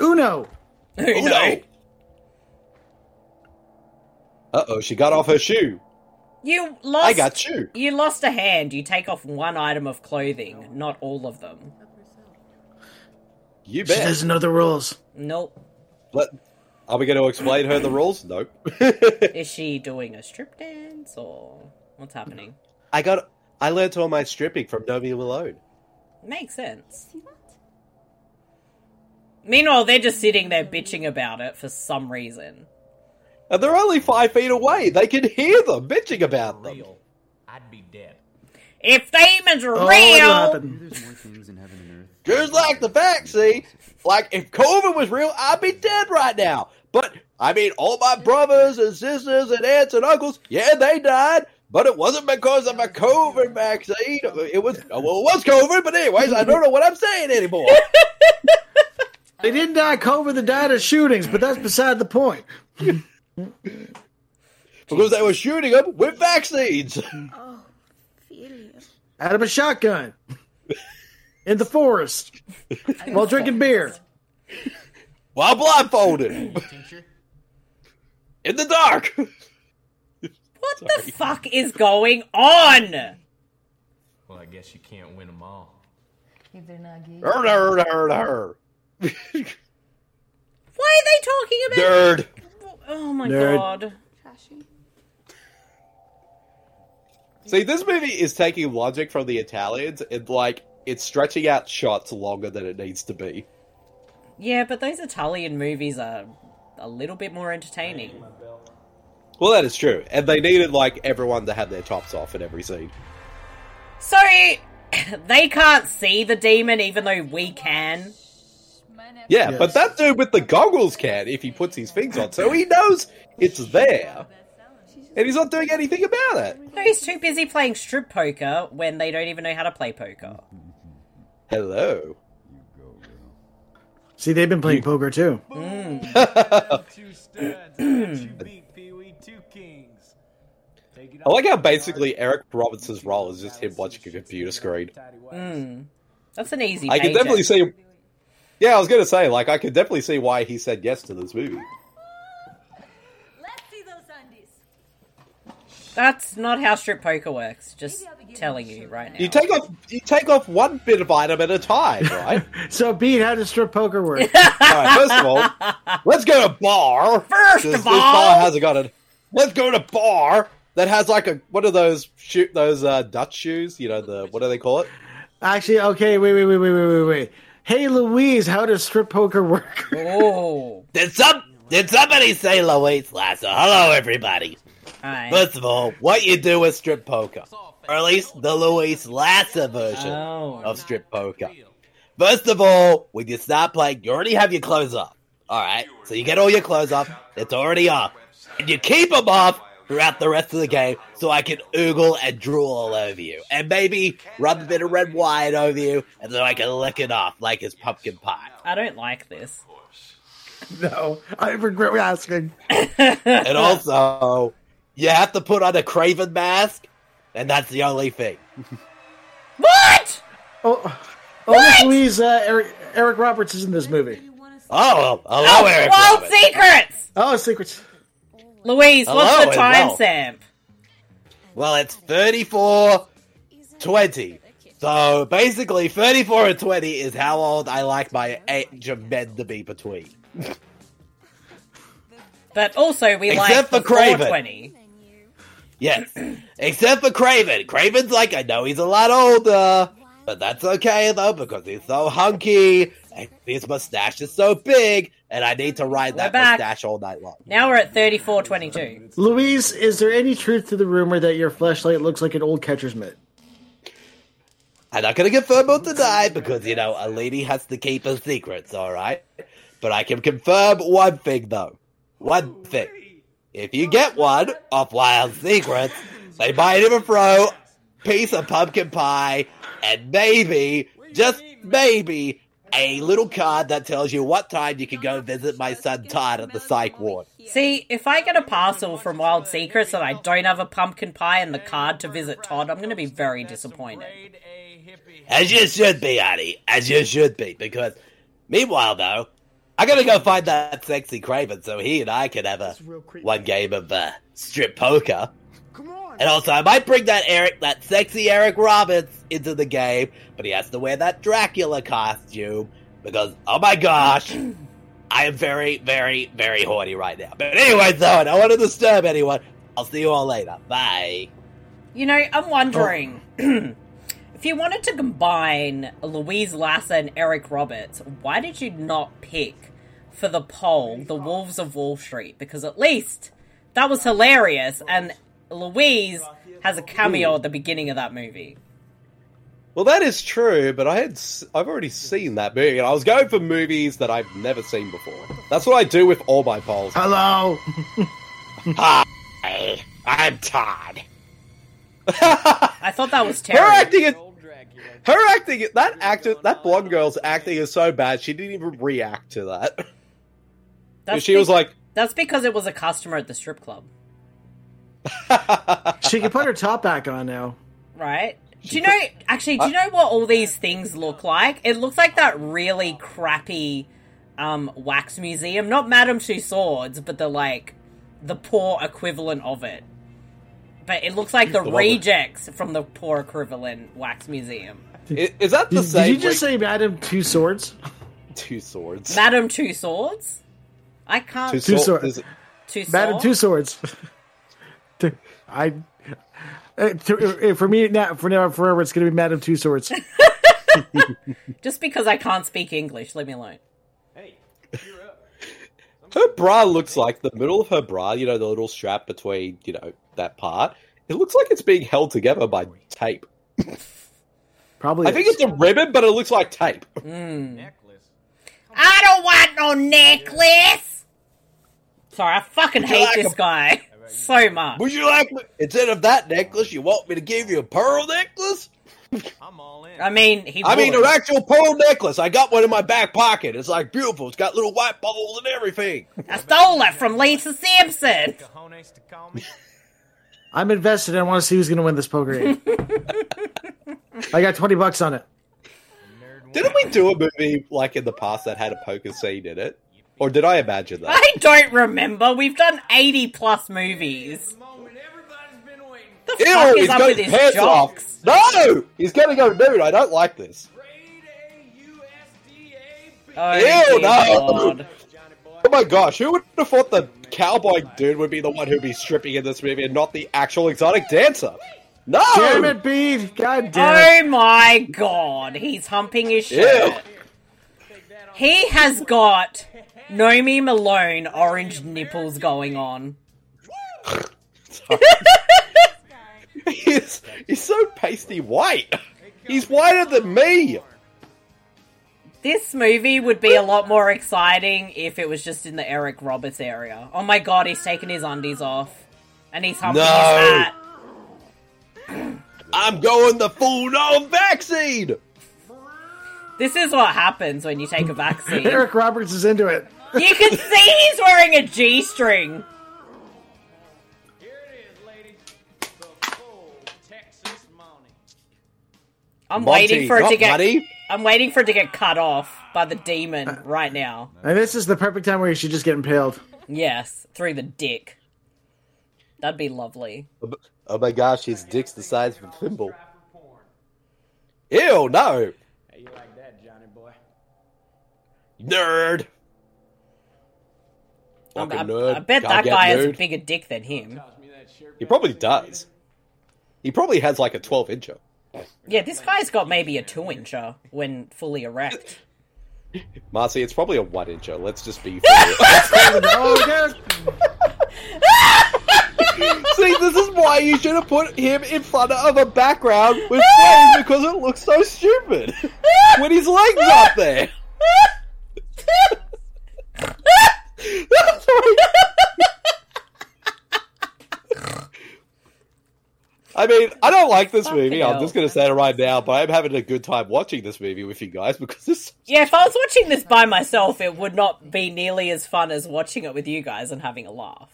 Uno. Uno. Uh oh, she got off her shoe. You lost. I got you. You lost a hand. You take off one item of clothing, not all of them. You She bet. doesn't know the rules. Nope. Let- are we going to explain her the rules? Nope. Is she doing a strip dance or what's happening? I got. I learned all my stripping from Nomi Malone. Makes sense. Meanwhile, they're just sitting there bitching about it for some reason. And they're only five feet away. They can hear them bitching about them. I'd be dead. If Damon's Oh, real, Just like the vaccine. Like, if COVID was real, I'd be dead right now. But, I mean, all my brothers and sisters and aunts and uncles, yeah, they died. But it wasn't because of a COVID vaccine. It was, well, it was COVID, but anyways, I don't know what I'm saying anymore. They didn't die of COVID, they died of shootings, but that's beside the point. because they were shooting them with vaccines. Oh, feel you. Out of a shotgun. In the forest. While drinking beer. While blindfolded. In the dark. what the fuck is going on? Well, I guess you can't win them all. If they're not gay. Nerd, nerd, nerd, nerd. Why are they talking about? Nerd. Oh my Nerd. god. Trashy. See, this movie is taking logic from the Italians and like it's stretching out shots longer than it needs to be. Yeah, but those Italian movies are a little bit more entertaining. Well, that is true, and they needed like everyone to have their tops off in every scene. So they can't see the demon, even though we can. Yeah, but that dude with the goggles can if he puts his things on, so he knows it's there, and he's not doing anything about it. No, he's too busy playing strip poker when they don't even know how to play poker. Hello. See, they've been playing poker too. Uh. Two studs, and you beat Pee Wee two kings. Take it I off. like how basically Eric Robinson's role is just him watching a computer screen. Mm. That's an easy. I can paycheck. definitely see. Yeah, I was gonna say, like, I could definitely see why he said yes to this movie. Let's see those undies. That's not how strip poker works. Just telling you right now. You take off, you take off one bit of item at a time, right? so, Pete, how does strip poker work? Alright, first of all, let's go to bar. First This- of this all- bar hasn't got it. Let's go to bar that has like a what are those shoe those uh, Dutch shoes? You know the what do they call it? Actually, okay, wait, wait, wait, wait, wait, wait, wait. Hey, Louise, how does strip poker work? Oh, Did some did somebody say Louise Lasser? Hello, everybody. Hi. First of all, what you do with strip poker, or at least the Louise Lasser version of strip poker. First of all, when you start playing, you already have your clothes off. All right, so you get all your clothes off. It's already off, and you keep them off throughout the rest of the game, so I can oogle and drool all over you, and maybe rub a bit of red wine over you, and so I can lick it off like it's pumpkin pie. I don't like this. No, I regret asking. and also, you have to put on a Craven mask, and that's the only thing. What? Oh, oh Miss Louise, uh, Eric, Eric Roberts is in this movie. Oh, well, hello, Eric. World Roberts. secrets. Oh, secrets. Louise, what's Hello, the and well. timestamp? Well, it's 34 20. So basically, 34 and 20 is how old I like my age of men to be between. But also, we Except like for Craven. 420. Yes. Except for Craven. Craven's like, I know he's a lot older, but that's okay though, because he's so hunky, and his mustache is so big, and I need to ride that back. mustache all night long. Now we're at 3422. Louise, is there any truth to the rumor that your flashlight looks like an old catcher's mitt? I'm not gonna confirm or deny because you know a lady has to keep her secrets, all right. But I can confirm one thing though. One thing: if you get one off Wild Secrets, they might even throw a piece of pumpkin pie and maybe, just maybe, a little card that tells you what time you can go visit my son Todd at the psych ward. See, if I get a parcel from Wild Secrets and I don't have a pumpkin pie and the card to visit Todd, I'm going to be very disappointed. As you should be, Annie. As you should be. Because, meanwhile, though, I gotta go find that sexy Craven so he and I can have a one game of uh, strip poker. And also, I might bring that Eric, that sexy Eric Roberts, into the game, but he has to wear that Dracula costume because, oh my gosh, I am very, very, very horny right now. But anyway, though, I don't want to disturb anyone. I'll see you all later. Bye. You know, I'm wondering if you wanted to combine Louise Lasser and Eric Roberts, why did you not pick for the poll The Wolves of Wall Street? Because at least that was hilarious, and Louise has a cameo at the beginning of that movie. Well, that is true, but I had s- I've already seen that movie, and I was going for movies that I've never seen before. That's what I do with all my polls. Hello. Hi, I'm Todd. I thought that was Her terrible. acting, is- her acting, that actor, that blonde girl's acting is so bad. She didn't even react to that. That's she was be- like- that's because it was a customer at the strip club, She can put her top back on now. right? Do you know? Actually, do you know what all these things look like? It looks like that really crappy um, wax museum, not Madame Two Swords, but the like the poor equivalent of it. But it looks like the, The what? rejects from the poor equivalent wax museum. I- Is that the Did, same? did you just say Madam Two Swords? like, two swords? Madame Two Swords. I can't. Two Two swords. Swords. is- Two Madam Swords? Two Swords. Two- I. uh, to- uh, For me now, for now, forever, it's going to be Madam Two Swords. Just because I can't speak English, leave me alone. Her bra looks like the middle of her bra, you know, the little strap between, you know, that part. It looks like it's being held together by tape. Probably. I think it's a ribbon, but it looks like tape. I don't want no necklace. Sorry, I fucking hate this guy so much. Would you like me, instead of that necklace, you want me to give you a pearl necklace? I mean, he. I mean, would. an actual pearl necklace. I got one in my back pocket. It's like beautiful. It's got little white balls and everything. I stole it from Lisa Simpson. I'm invested. I want to see who's going to win this poker game. I got 20 bucks on it. Didn't we do a movie like in the past that had a poker scene in it? Or did I imagine that? I don't remember. We've done eighty plus movies. The fuck Ew, is he's up got with his his pants job? off. No, he's gonna go nude. I don't like this. Oh, Ew, dear no. God. Oh my gosh, who would have thought the cowboy dude would be the one who'd be stripping in this movie and not the actual exotic dancer? No! Damn it, Bede! God Oh damn it! my god, he's humping his Ew. shirt. He has got Nomi Malone orange nipples going on. he's, he's so pasty white. He's whiter than me. This movie would be a lot more exciting if it was just in the Eric Roberts area. Oh my god, he's taking his undies off. And he's humping his No. hat. I'm going the full on vaccine. This is what happens when you take a vaccine. Eric Roberts is into it. You can see he's wearing a G string. I'm Monty, waiting for it to not get. Money. I'm waiting for it to get cut off by the demon right now. And this is the perfect time where you should just get impaled. Yes, through the dick. That'd be lovely. Oh my gosh, his dick's the size of a thimble. Ew, no. Hey, you like that, Johnny boy? Nerd. I, Fucking I- nerd. I bet Can't that get guy has a nude. bigger dick than him. He probably does. He probably has like a 12 incher. Yeah, this guy's got maybe a two incher when fully erect. Marcy, it's probably a 1 incher. Let's just be fair. oh, God. See, this is why you should have put him in front of a background with flames because it looks so stupid. With his legs up there. I mean, I don't like this movie. I'm just going to say it right now, but I'm having a good time watching this movie with you guys because this. Yeah, if I was watching this by myself, it would not be nearly as fun as watching it with you guys and having a laugh.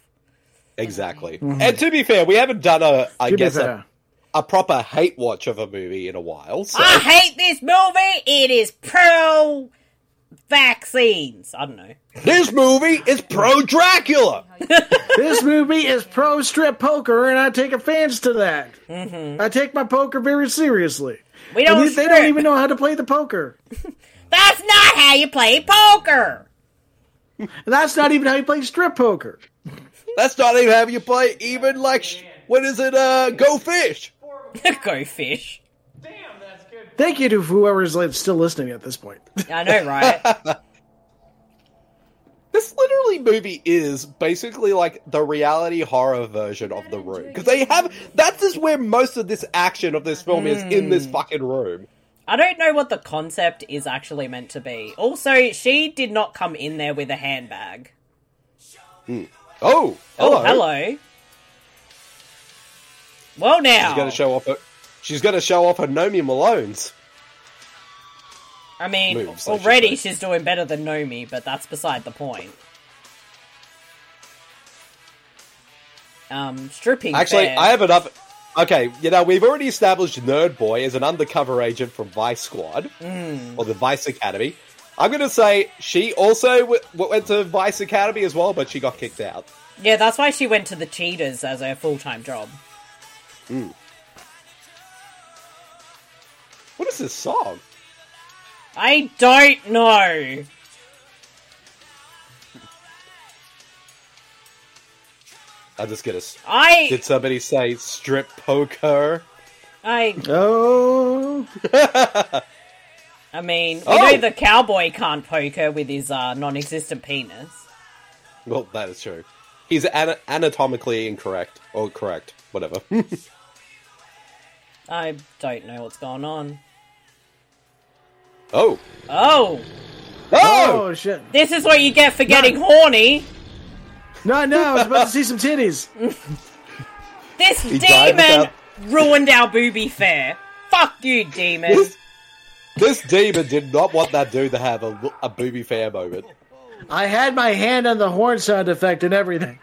Exactly. And to be fair, we haven't done a, I Mm-hmm. To be guess, fair. a, a proper hate watch of a movie in a while. So. I hate this movie. It is pro vaccines. I don't know. This movie is pro Dracula. this movie is pro strip poker, and I take offense to that. I take my poker very seriously. We don't And they, they don't strip. even know how to play the poker. That's not how you play poker. And that's not even how you play strip poker. That's not even having you play even like sh- what is it? Uh, go fish. Go fish. Thank you to whoever's like, still listening at this point. I know, right? This literally movie is basically like the reality horror version of the room because they have that's just where most of this action of this film is in Hmm. this fucking room. I don't know what the concept is actually meant to be. Also, she did not come in there with a handbag. Oh, hello. Oh, hello. Well, now. She's gonna show off. Her, she's gonna show off her Nomi Malone's. I mean, moves, I should already say. she's doing better than Nomi, but that's beside the point. Um, stripping. Actually, fair. I have another. Okay, you know we've already established Nerd Boy as an undercover agent from Vice Squad or the Vice Academy. I'm gonna say she also w- went to Vice Academy as well, but she got kicked out. Yeah, that's why she went to the Cheaters as her full time job. What is this song? I don't know. I'm just gonna. s- I- did somebody say strip poker? I Oh, I mean, we Oh! know the cowboy can't poke her with his uh, non existent penis. Well, that is true. He's ana- anatomically incorrect or correct, whatever. I don't know what's going on. Oh. Oh. Oh! shit. This is what you get for getting horny. No, no, I was about to see some titties. This He died demon without- ruined our booby fair. Fuck you, demon. This, this demon did not want that dude to have a, a booby fair moment. I had my hand on the horn sound effect and everything.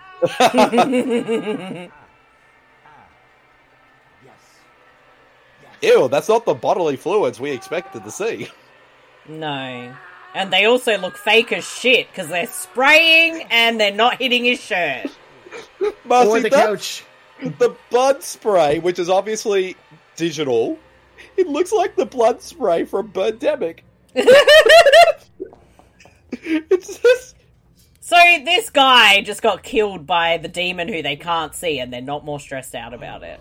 Ew, that's not the bodily fluids we expected to see. No. And they also look fake as shit because they're spraying and they're not hitting his shirt. Marcy, Or the that- couch. The blood spray, which is obviously digital, it looks like the blood spray from Birdemic. it's just. So this guy just got killed by the demon who they can't see and they're not more stressed out about it.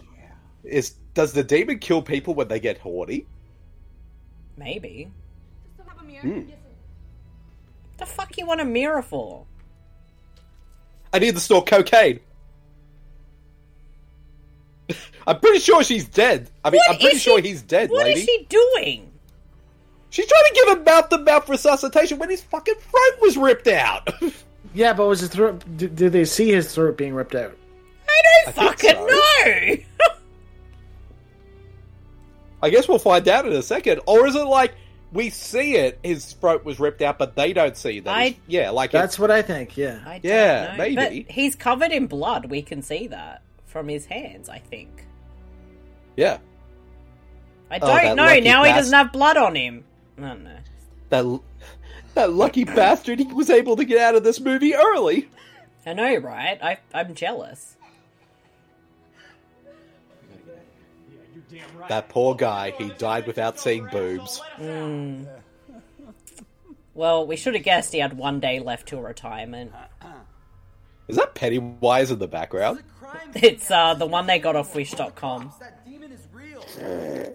Is does the demon kill people when they get horny? Maybe. Hmm. The fuck you want a mirror for? I need to store cocaine. I'm pretty sure she's dead. I mean, I'm pretty sure he's dead, What is lady. she doing? She's trying to give him mouth to mouth resuscitation when his fucking throat was ripped out. Yeah, but was his throat? Did, did they see his throat being ripped out? I fucking no. I guess we'll find out in a second. Or is it like we see it, his throat was ripped out, but they don't see that? I- yeah, like That's it's- what I think. Yeah. I don't Yeah, know, maybe. But he's covered in blood. We can see that from his hands, I think. yeah. I Oh, don't that know. lucky Now he bastard. doesn't have blood on him. I don't know. That that lucky bastard, he was able to get out of this movie early. I know, right? I, I'm jealous. That poor guy, he died without seeing boobs. Mm. Well, we should have guessed he had one day left till retirement. Is that Pennywise in the background? It's uh, the one they got off Wish.com. That demon is real.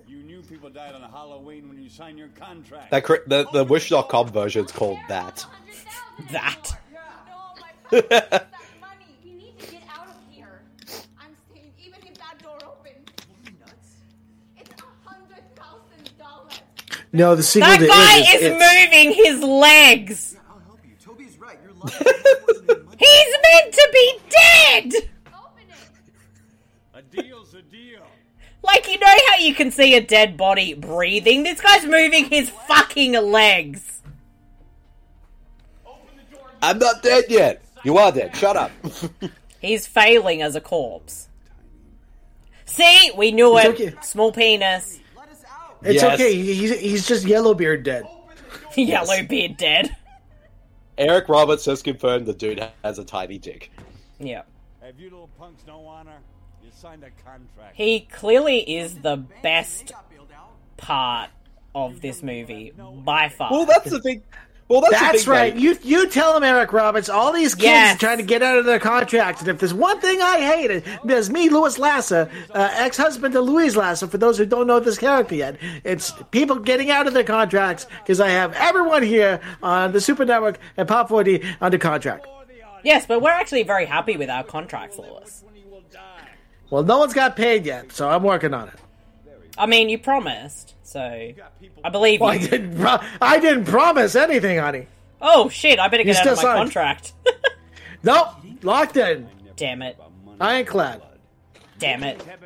You knew people died on Halloween when you signed your contract. That cr- the, the Wish.com version's called that. That. You need to get out of here. I'm staying even if that door opens. nuts? It's a hundred thousand dollars. No, the sequel That to It guy is, is It's- moving his legs. He's meant to be dead. A deal's a deal. Like you know how you can see a dead body breathing. This guy's moving his fucking legs. I'm not dead yet. You are dead. Shut up. He's failing as a corpse. See, we knew it. It's okay. Small penis. It's Yes. okay. He, he's he's just Yellowbeard dead. Yellow beard dead. Eric Roberts has confirmed the dude has a tiny dick. Yeah. Have you little punks no honor? You signed a contract. He clearly is the best part of this movie by far. Well, that's the thing. Well, that's, That's, the thing, right. mate. You you tell him, Eric Roberts. All these kids Yes. are trying to get out of their contracts, and if there's one thing I hate, it is me, Louis Lassa, uh, ex-husband to Louise Lassa. For those who don't know this character yet, it's people getting out of their contracts because I have everyone here on the Super Network and Pop 40 under contract. Yes, but we're actually very happy with our contracts, Lewis. Well, no one's got paid yet, so I'm working on it. I mean, you promised, so I believe Well, I you. didn't. Pro- I didn't promise anything, honey. Oh shit! I better You get out of my still signed. contract. Nope, locked in. Damn it! Ironclad. Damn it!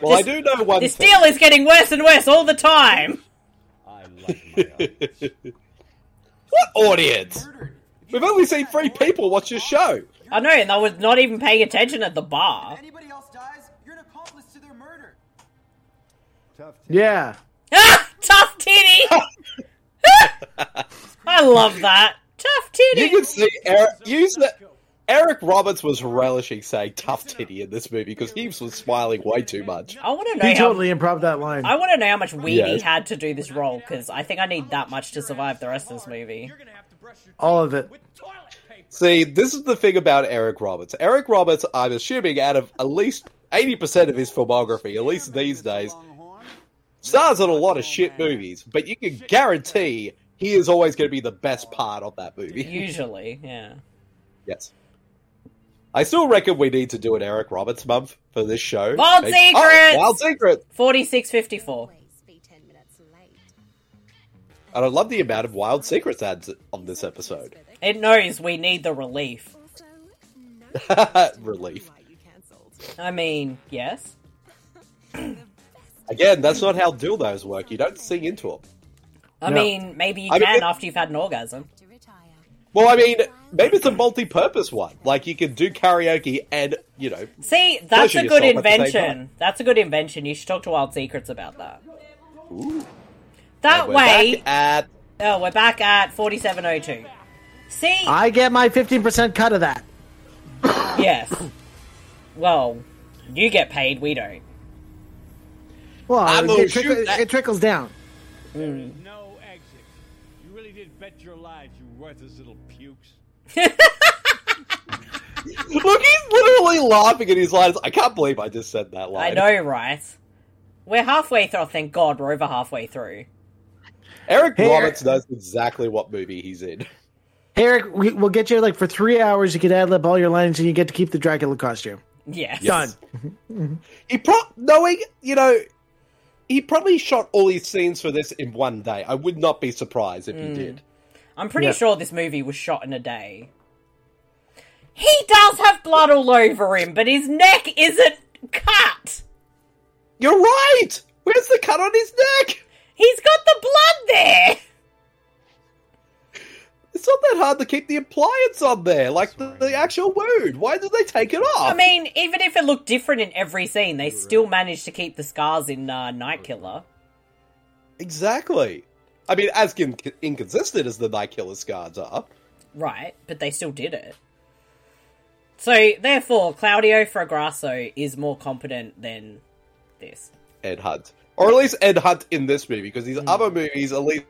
Well, This- I do know one This thing. deal is getting worse and worse all the time. what audience? We've only seen three people watch this show. I know, and I was not even paying attention at the bar. Yeah. Ah, tough titty. I love that tough You titty. can see Eric. Use that. Eric Roberts was relishing saying "tough titty" in this movie because Heaves was smiling way too much. I want to know. He how- totally improv that line. um, I want to know how much weed he Yes. had to do this role because I think I need that much to survive the rest of this movie. All of it. See, this is the thing about Eric Roberts. Eric Roberts, I'm assuming, out of at least eighty percent of his filmography, at least these days, stars in a lot of shit movies. But you can guarantee he is always going to be the best part of that movie. Usually, yeah. Yes. I still reckon we need to do an Eric Roberts month for this show. Wild Maybe- Secrets! Oh, Wild Secret! Forty six fifty four. And I love the amount of wild secrets ads on this episode. It knows we need the relief. Relief. I mean, yes. Again, that's not how dildos work. You don't sing into them. I No. mean, maybe you I can mean, it- after you've had an orgasm. Well, I mean, maybe it's a multi-purpose one. Like you could do karaoke and you know. See, that's pleasure a yourself at good the same time. invention. That's a good invention. You should talk to Wild Secrets about that. Ooh. That And we're way. back at- Oh, we're back at 4702. See? I get my 15% cut of that. yes. Well, you get paid, we don't. Well, I'm it, gonna it trickle- shoot that- it trickles down. No exit. You really did bet your lives, you worthless little pukes. Look, he's literally laughing at his lines. I can't believe I just said that I line. know, right? We're halfway through. Oh, thank God, we're over halfway through. Eric Hey, Roberts knows exactly what movie he's in. Eric, we, we'll get you like for three hours. You can ad lib all your lines, and you get to keep the Dracula costume. Yes. Mm-hmm. Done. He pro- knowing you know, he probably shot all his scenes for this in one day. I would not be surprised if he Mm. did. I'm pretty Yeah. sure this movie was shot in a day. He does have blood all over him, but his neck isn't cut. You're right. Where's the cut on his neck? He's got the blood there. It's not that hard to keep the appliance on there, like the, the actual wound. Why did they take it off? I mean, even if it looked different in every scene, they still managed to keep the scars in uh, Night Killer. exactly. I mean, as in- inconsistent as the Night Killer scars are. Right, but they still did it. So, therefore, Claudio Fragrasso is more competent than this. Ed Hunt, or at least Ed Hunt in this movie, because Hmm. these other movies, at least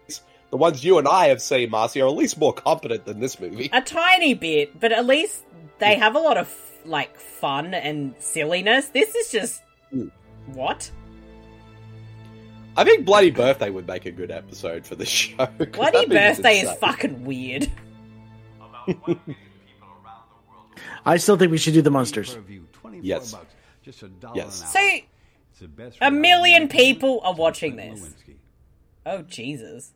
the ones you and I have seen, Marcy, are at least more competent than this movie. A tiny bit, but at least they have a lot of, like, fun and silliness. This is just. What? I think Bloody Birthday would make a good episode for the show. 'cause that Bloody movie's Birthday is insane. fucking weird. I still think we should do the monsters. Yes. Just a dollar an hour. So, It's the best a rate million people are watching this. Oh, Jesus.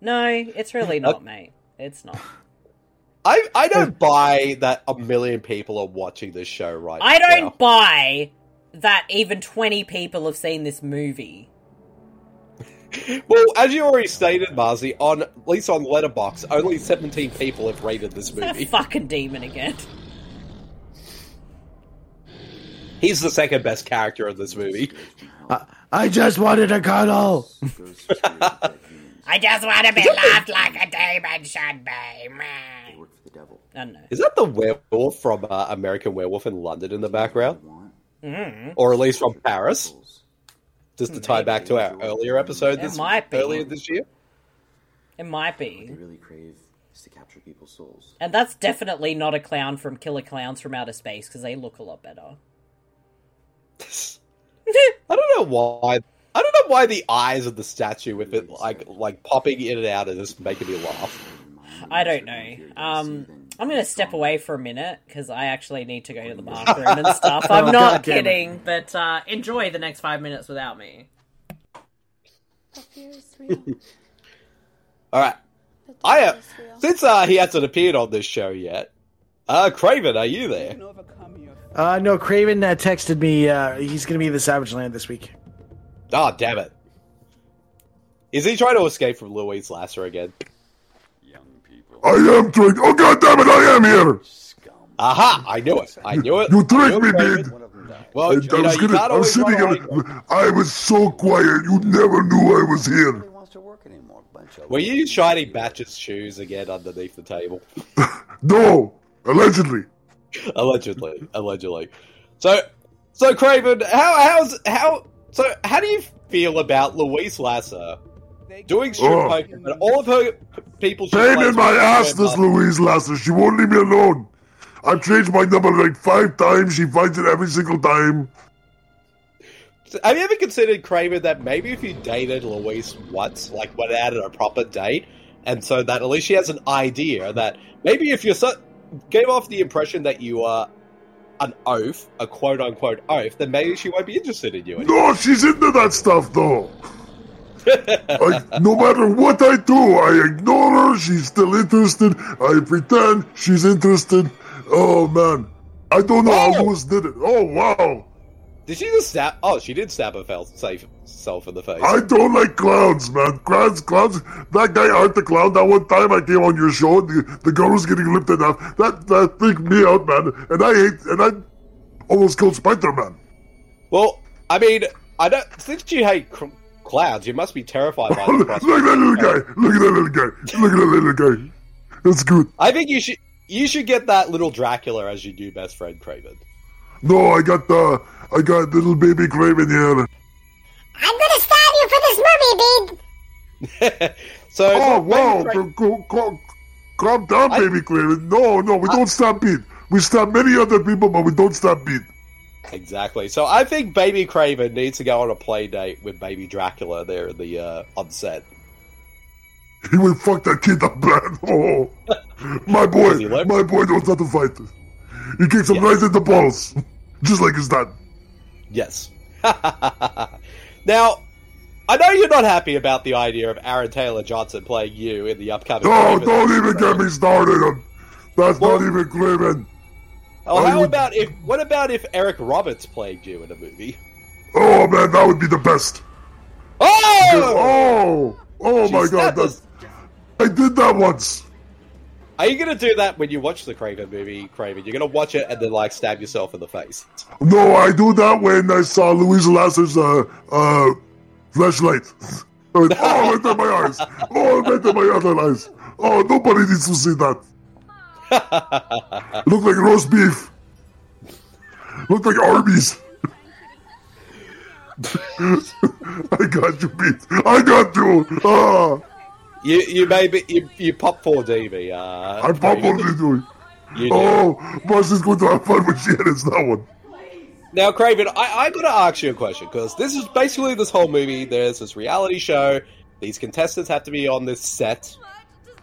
No, it's really not, mate. It's not. I, I don't buy that a million people are watching this show right I don't now. buy that even 20 people have seen this movie. Well, as you already stated, Marcy, on at least on Letterbox, only seventeen people have rated this Is that a movie. fucking demon again? He's the second best character in this movie. I just wanted a cuddle. I just want to be loved like a demon should be. Meh. I don't know. Is that the werewolf from uh, American Werewolf in London in the background, Mm. or at least from Paris? Just to tie back to our earlier episode, It this might be. earlier this year. It might be. really crave is to capture people's souls. And that's definitely not a clown from Killer Clowns from Outer Space because they look a lot better. I don't know why. I don't know why the eyes of the statue with it like like popping in and out is just making me laugh. I don't know. Um, I'm going to step away for a minute because I actually need to Oh, go to the bathroom and stuff. I'm Oh, God not damn it. kidding, but uh, enjoy the next five minutes without me. All right, I am. Since uh, he hasn't appeared on this show yet, uh, Craven, are you there? Uh, no, Craven uh, texted me. Uh, he's going to be in the Savage Land this week. Oh, damn it. Is he trying to escape from Louise Lasser again? I am tricked. Oh god damn it, I am here. Aha! I knew it. I knew it. You tricked me, dude. Well, I, you I know, was you gonna, can't I always was sitting run here. I was so quiet. You never knew I was here. Were you shining Batch's shoes again underneath the table? No, allegedly. allegedly, allegedly. So, so Craven, how how's how? So, how do you feel about Louise Lasser doing strip Oh. poker? But all of her people she Pain plays in my with- ass, this Louise Lasser. She won't leave me alone. I've changed my number like five times. She finds it every single time. Have you ever considered, Kramer, that maybe if you dated Louise once, like went out on a proper date, and so that at least she has an idea that maybe if you're so gave off the impression that you are an oaf, a quote unquote oaf, then maybe she won't be interested in you. No, she's into that stuff though. I, no matter what I do, I ignore her. She's still interested. I pretend she's interested. Oh man, I don't know how Oh! Lewis did it. Oh wow, Did she just stab? Oh, she did stab herself in the face. I don't like clowns, man. Clowns, clowns. That guy Art the clown. That one time I came on your show, and the, the girl was getting lipped enough. That that freaked me out, man. And I hate. And I almost killed Spider Man. Well, I mean, I don't. Since you hate cr- clouds, you must be terrified by the Look at that little guy. Look at that little guy. Look at that little guy. That's good. I think you should you should get that little Dracula as your new best friend, Craven. No, I got uh, I got little baby Craven here. I'm gonna stab you for this movie, babe. So, oh wow, go, go, go, calm down, baby Craven. No, no, we don't stab Pete. We stab many other people, but we don't stab Pete. Exactly. So I think Baby Craven needs to go on a play date with Baby Dracula there in the uh, on set. He will fuck that kid up, man. Oh, my boy, my boy knows how to fight. He kicks him right in the balls, just like his dad. Yes. now, I know you're not happy about the idea of Aaron Taylor Johnson playing you in the upcoming. No, Craven- don't even get me started. on- That's not even Craven. Oh, I how would- about if? What about if Eric Roberts played you in a movie? Oh man, that would be the best. Oh! Oh! Oh Jeez, my that god, was- that, I did that once. Are you going to do that when you watch the Craven movie, Craven? You're going to watch it and then like stab yourself in the face. No, I do that when I saw Luis Lasser's uh uh flashlight. I went, oh, it entered my eyes. Oh, it entered my other eyes. Oh, nobody needs to see that. Look like roast beef. Look like Arby's. I got you beat. I got you. Ah, You you maybe you, you pop four DV. Uh, I pop Craven. what they do. You do. Oh, Boss is going to have fun when she edits that one. Now, Craven, I, I gotta ask you a question because this is basically this whole movie. There's this reality show. These contestants have to be on this set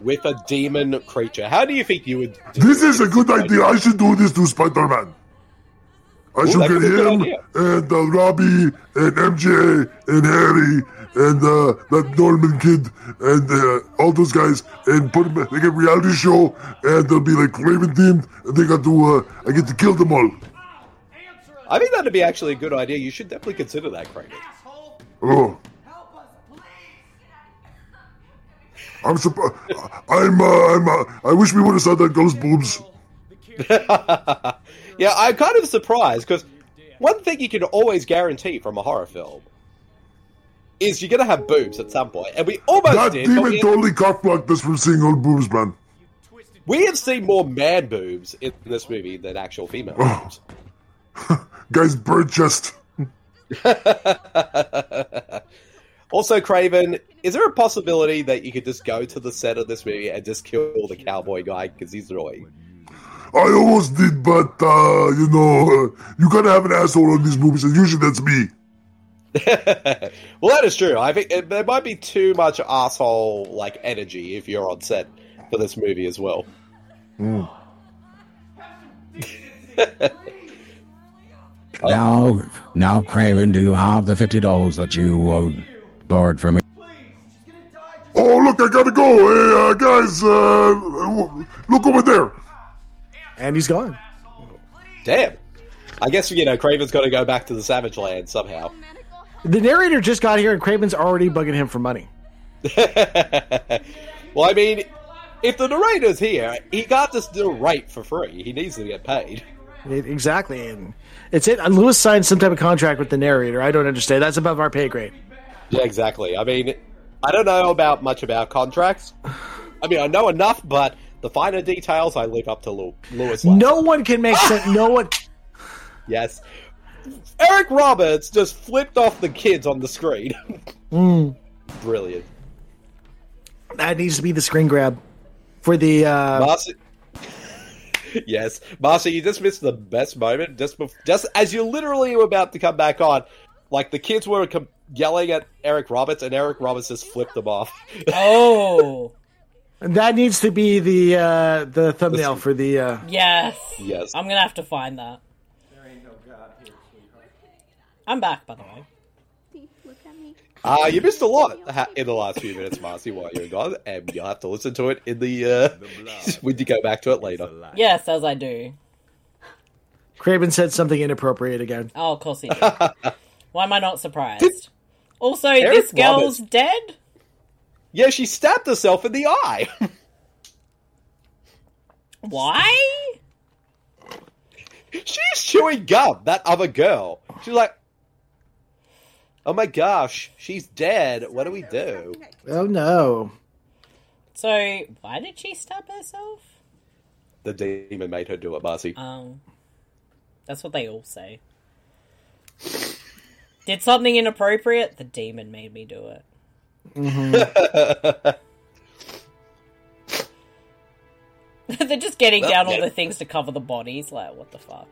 with a demon creature. How do you think you would? This is a good idea. I should do this to Spider Man. I Ooh, should that's get a good him idea. and uh, Robbie and MJ and Harry and uh, that Norman kid and uh, all those guys and put them like a reality show and they'll be like Raven themed and they got to uh, I get to kill them all. I think that'd be actually a good idea. You should definitely consider that, Craven. Oh. I'm surprised. I'm. Uh, I'm. Uh, I wish we would have saw that girl's boobs. yeah, I'm kind of surprised because one thing you can always guarantee from a horror film is you're gonna have boobs at some point, and we almost That did. but demon we- totally cockblocked us from seeing old boobs, man. We have seen more man boobs in this movie than actual female boobs. Guys, bird chest. Also, Craven, is there a possibility that you could just go to the set of this movie and just kill the cowboy guy because he's annoying? I almost did, but uh, you know, uh, you gotta have an asshole on these movies, and usually that's me. Well, that is true. I think uh, there might be too much asshole like energy if you're on set for this movie as well. Now, now, Craven, do you have the fifty dollars that you uh, borrowed from me? Oh, look, I gotta go. Hey, uh, guys, uh, w- look over there. And he's gone. Damn. I guess you know Craven's got to go back to the Savage Land somehow. The narrator just got here, and Craven's already bugging him for money. Well, I mean, if the narrator's here, he can't just narrate for free. He needs to get paid. It- exactly, and it's it. Lewis signed some type of contract with the narrator. I don't understand. That's above our pay grade. Yeah, exactly. I mean, I don't know about much about contracts. I mean, I know enough, but the finer details I leave up to Lew- Lewis. No one can make sense. No one. Yes. Eric Roberts just flipped off the kids on the screen. Mm. Brilliant. That needs to be the screen grab for the. Uh, Marcy. yes, Marcy, you just missed the best moment. Just bef- just as you literally were about to come back on, like the kids were com- yelling at Eric Roberts, and Eric Roberts just flipped them off. Oh, that needs to be the uh, the thumbnail for the. Uh, yes. Yes. I'm gonna have to Oh, find that. I'm back, by the way. Look at me. Uh, you missed a lot ha- in the last few minutes, Marcy, while you were gone, and you'll have to listen to it in the uh, when you go back to it later. Yes, as I do. Craven said something inappropriate again. Oh, of course he did. Why am I not surprised? Also, this girl's Roberts. dead. Yeah, she stabbed herself in the eye. Why? She's chewing gum. That other girl. She's like, oh my gosh, she's dead. What do we do? Oh no. So, why did she stab herself? The demon made her do it, Marcy. Um, that's what they all say. Did something inappropriate? The demon made me do it. They're just getting Well, down all yeah. the things to cover the bodies. Like, what the fuck?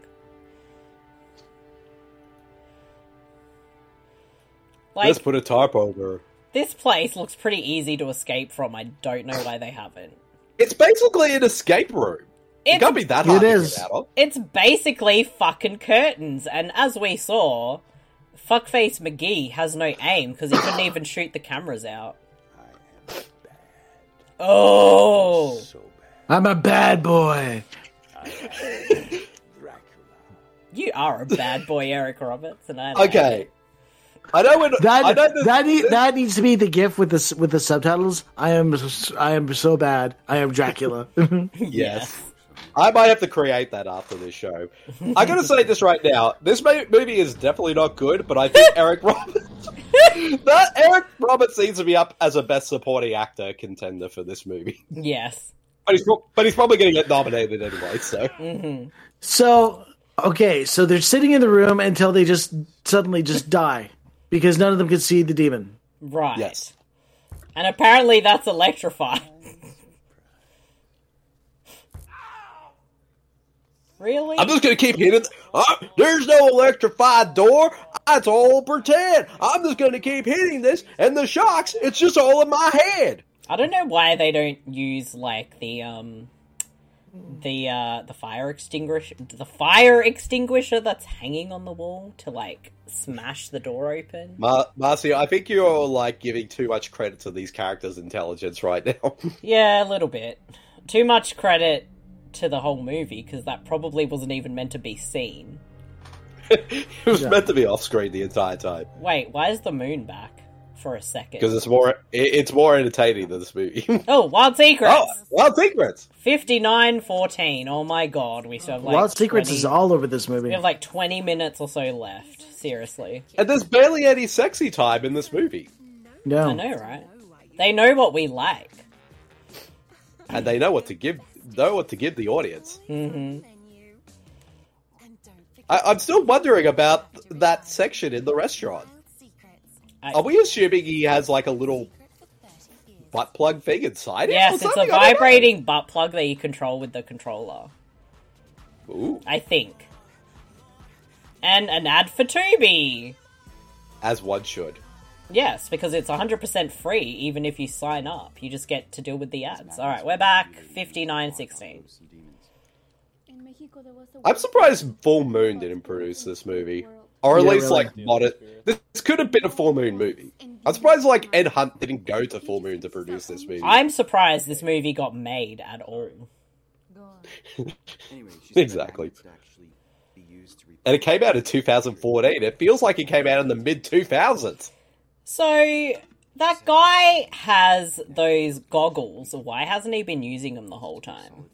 Like, Let's put a tarp over. her. this place looks pretty easy to escape from. I don't know why they haven't. It's basically an escape room. It It's- can't be that It hard. to is. get out of. It's basically fucking curtains, and as we saw, fuckface McGee has no aim because he couldn't even shoot the cameras out. Oh, I'm a bad boy. you are a bad boy, Eric Roberts, and I. like Okay. it. I know when That I know this- that, e need, that needs to be the gif with the s- with the subtitles. I am s- I am so bad. I am Dracula. Yes. I might have to create that after this show. I gotta say this right now. This mo- movie is definitely not good, but I think Eric Roberts. that Eric Roberts needs to be up as a best supporting actor contender for this movie. Yes. But he's, pro- but he's probably going to get nominated anyway. So Mm-hmm. So okay, so they're sitting in the room until they just suddenly just die because none of them could see the demon. Right. yes, And apparently that's electrified. really? I'm just going to keep hitting. Uh, there's no electrified door. That's all pretend. I'm just going to keep hitting this, and the shocks. It's just all in my head. I don't know why they don't use like the um the uh the fire extinguisher the fire extinguisher that's hanging on the wall to like smash the door open. Mar- Marcy, I think you're like giving too much credit to these characters' intelligence right now. Yeah, a little bit. Too much credit to the whole movie because that probably wasn't even meant to be seen. it was meant to be off screen the entire time Wait, why is the moon back for a second? because it's more it, it's more entertaining than this movie. Oh, Wild Secrets. oh, Wild Secrets. Fifty-nine, fourteen. Oh my god, we still have like Wild Secrets 20 is all over this movie. We have like twenty minutes or so left. Seriously, And there's barely any sexy time in this movie, no. I know, right? They know what we like. and they know what to give know what to give the audience. hmm I, I'm still wondering about that section in the restaurant. I- Are we assuming he has like a little butt plug thing inside it? Yes, it's a vibrating butt plug that you control with the controller. Ooh, I think. And an ad for Tubi. as one should. Yes, because it's 100% free even if you sign up. You just get to deal with the ads. All right, we're back. 5916. I'm surprised Full Moon didn't produce this movie, or at Yeah, least really. like modern. This, this could have been a Full Moon movie. I'm surprised like Ed Hunt didn't go to Full Moon to produce this movie. I'm surprised this movie got made at all. exactly. And it came out in 2014. It feels like it came out in the mid 2000s. So that guy has those goggles. Why hasn't he been using them the whole time?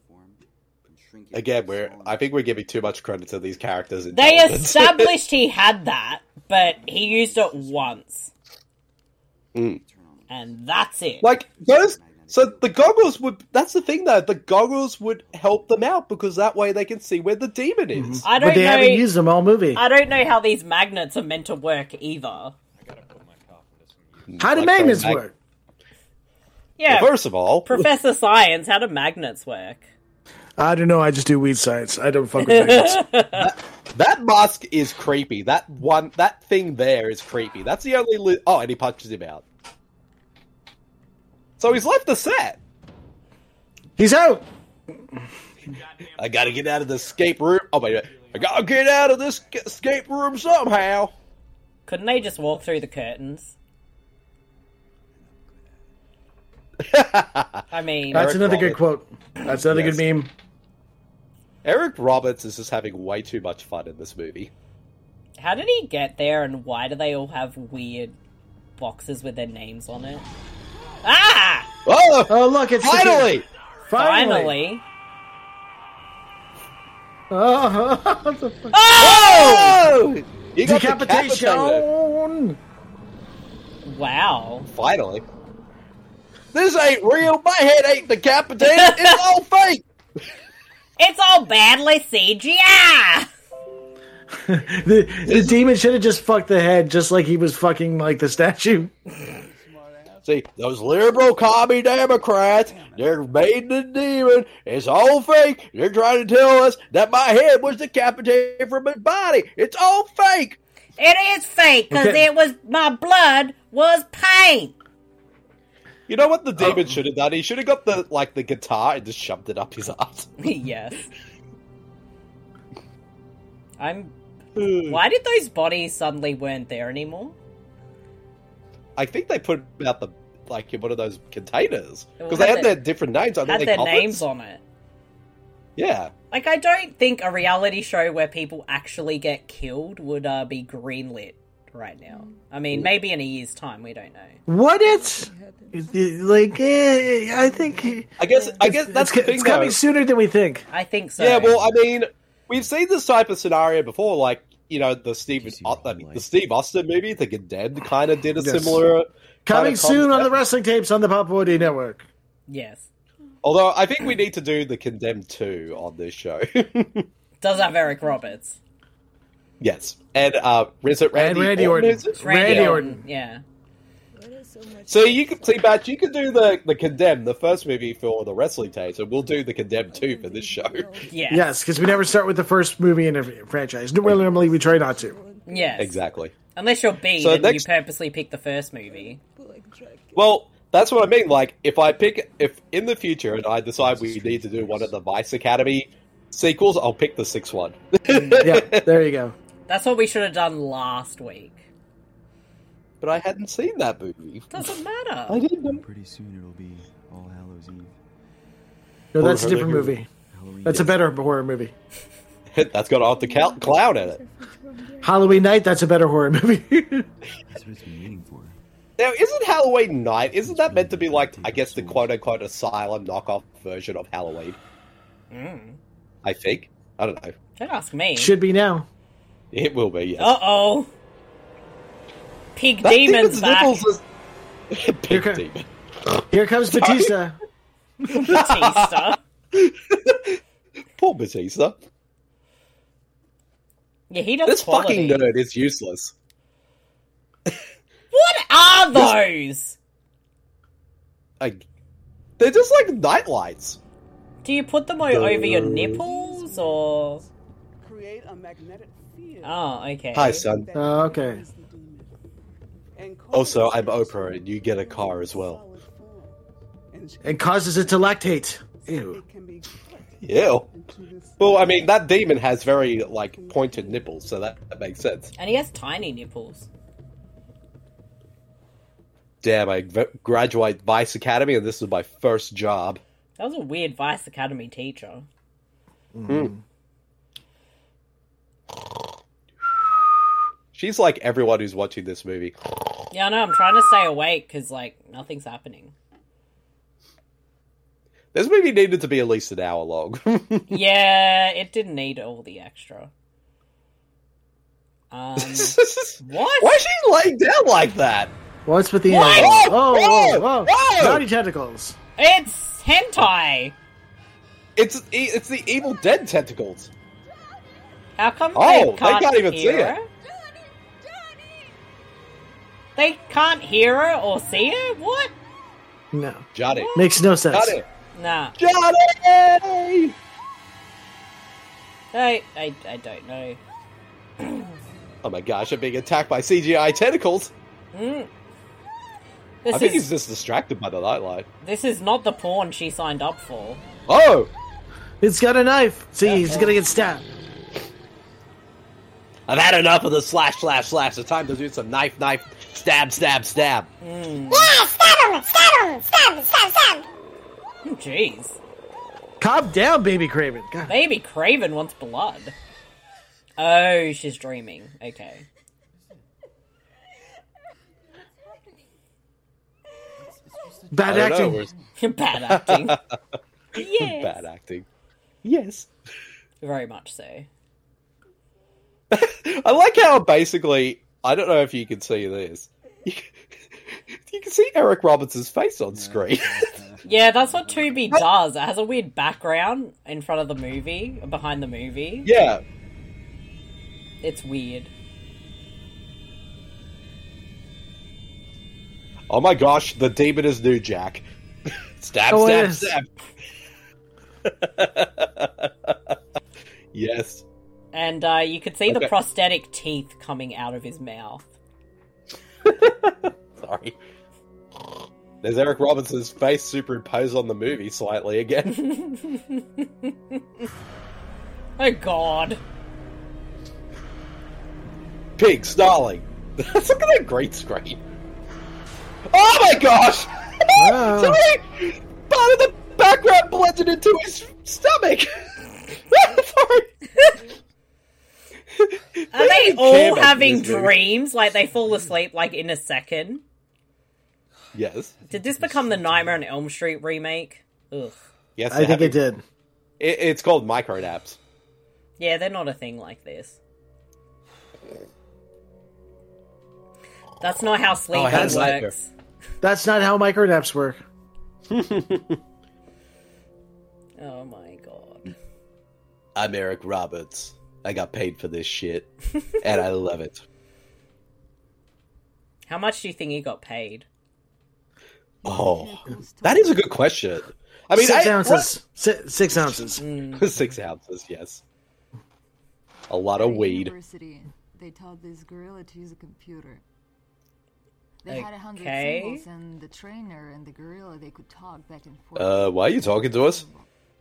Again, we're I think we're giving too much credit to these characters. They intelligence. established he had that, but he used it once, Mm. and that's it. like those. So the goggles would. That's the thing though. The goggles would help them out because that way they can see where the demon is. I But don't they know. haven't used them all movie. I don't know how these magnets are meant to work either. How do Like, magnets mag- work? Yeah, First of all, Professor Science, how do magnets work? I don't know. I just do weed science. I don't fuck with magnets. That mask is creepy. That one, that thing there is creepy. That's the only. Li- oh, and he punches him out. So he's left the set. He's out. I gotta get out of the escape room. Oh wait, a minute. I gotta get out of this escape room somehow. Couldn't they just walk through the curtains? I mean, That's another good quote. That's another Yes. good meme. Eric Roberts is just having way too much fun in this movie. How did he get there, and why do they all have weird boxes with their names on it? Ah! Oh, look, it's finally! Finally! Oh, what the fuck? Oh! He got Decapitation! Wow. Finally. This ain't real. My head ain't decapitated. It's all fake. It's all badly CGI. The, the demon should have just fucked the head, just like he was fucking like the statue. See, those liberal commie Democrats, they're made the demon. It's all fake. They're trying to tell us that my head was decapitated from my body. It's all fake. It is fake because Okay. it was my blood was paint. You know what the demon should have done? He should have got the like the guitar and just shoved it up his ass. yes. I'm. Hmm. Why did those bodies suddenly weren't there anymore? I think they put it out the like in one of those containers Well, because they had had their- their different names. I think Had they their called it- names on it. Yeah, Like, I don't think a reality show where people actually get killed would uh, be greenlit right now. I mean, maybe in a year's time, we don't know. Would it? Like, eh, I think. I guess. I guess that's the thing. It's coming though. sooner than we think. I think so. Yeah, well, I mean, we've seen this type of scenario before, like you know the Steve uh, the Steve Austin movie, The Condemned, kind of did a Yes. similar. Coming kind of soon on concept. the wrestling tapes on the Pop Wardy Network. Yes. Although I think we need to do The Condemned two on this show. Does have Eric Roberts. yes, and uh, is it Randy, Randy Orton. is it? Yeah. So you can see, Batch, you can do the the Condemned, the first movie for the wrestling tapes, and we'll do The Condemned two for this show. Yeah. Yes, because we never start with the first movie in a franchise. Well, normally we try not to. Yes. Exactly. Unless you're B, So then next- you purposely pick the first movie. Well, that's what I mean. Like, if I pick, if in the future and I decide we need to do one of the Vice Academy sequels, I'll pick the sixth one. yeah, there you go. That's what we should have done last week. But I hadn't seen that movie. Doesn't matter. I didn't. Pretty soon it'll be All Hallows Eve. No, Oh, that's a Halloween. different movie. That's a better horror movie. that's got off the Cal- cloud in it. Halloween Night, that's a better horror movie. That's what it's been waiting for. Now, isn't Halloween Night? Isn't that meant to be like, I guess, the quote unquote asylum knockoff version of Halloween? Mm. I think. I don't know. Don't ask me. Should be now. It will be. Yes. Uh oh. Pig That demon's demons back. nipples is- Pig demon. Here comes Batista. Batista. Poor Batista. Yeah, he does this quality. fucking nerd is useless. What are those? Like, they're just like nightlights. Do you put them o- over your nipples or? Create a magnetic field. Oh, okay. Hi, son. Oh, okay. Also, I'm Oprah, and you get a car as well. And causes it to lactate. Ew. Ew. Well, I mean, that demon has very like pointed nipples, so that, that makes sense. And he has tiny nipples. Damn, I v- graduate Vice Academy, and this is my first job. That was a weird Vice Academy teacher. Mm. She's like everyone who's watching this movie. Yeah, I know. I'm trying to stay awake because like nothing's happening. This movie needed to be at least an hour long. yeah, it didn't need all the extra. Um, what? Why is she laying down like that? What's with the What? animals? Oh, Whoa, whoa, whoa. whoa. Naughty tentacles. It's hentai. It's e- it's the Evil Dead tentacles. How come Oh, they can't, even hear see her? They can't hear her or see her. What? No. Johnny. Makes no sense. Johnny. Nah. Johnny! I I, I don't know. Oh my gosh, I'm being attacked by CGI tentacles. Mm. I This think is he's just distracted by the nightlight. this is not the porn she signed up for. Oh! It's got a knife. See, he's gonna get stabbed. I've had enough of the slash, slash, slash. It's time to do some knife, knife, stab, stab, stab. Yeah, stab him! Stab him! Stab him! Stab stab! Hmm, Jeez. Calm down, baby Craven. God. Baby Craven wants blood. Oh, she's dreaming. Okay. I Bad don't know, acting. where's- Bad acting. Yes. Bad acting. Yes. Very much so. I like how basically, I don't know if you can see this. You can see Eric Robertson's face on screen. Yeah, that's what Tubi does. It has a weird background in front of the movie, behind the movie. yeah. It's weird. Oh my gosh, the demon is new, Jack. stab, Oh, stab, yes. stab. yes. And uh, you could see the Okay. prosthetic teeth coming out of his mouth. Sorry. There's Eric Robinson's face superimposed on the movie slightly again. Oh god. Pig snarling. Look at that great screen. Oh my gosh! Wow. Sorry! Part of the background blended into his stomach! Sorry! Are they didn't care all about having this movie. dreams? Like they fall asleep like in a second? Yes. Did this become the Nightmare on Elm Street remake? Ugh. Yes, I think Abby. it did. It, it's called micro naps. Yeah, they're not a thing like this. That's not how Oh, I sleeping had works. nightmare. That's not how micronaps work. Oh my god. I'm Eric Roberts. I got paid for this shit, and I love it. How much do you think he got paid? Oh, that is a good question. I mean, six I- ounces. Si- six ounces. what- six ounces, yes. A lot of At weed. University, they taught this gorilla to use a computer. They had a hundred Okay. symbols, and the trainer and the gorilla they could talk back and forth. Uh, why are you talking to us?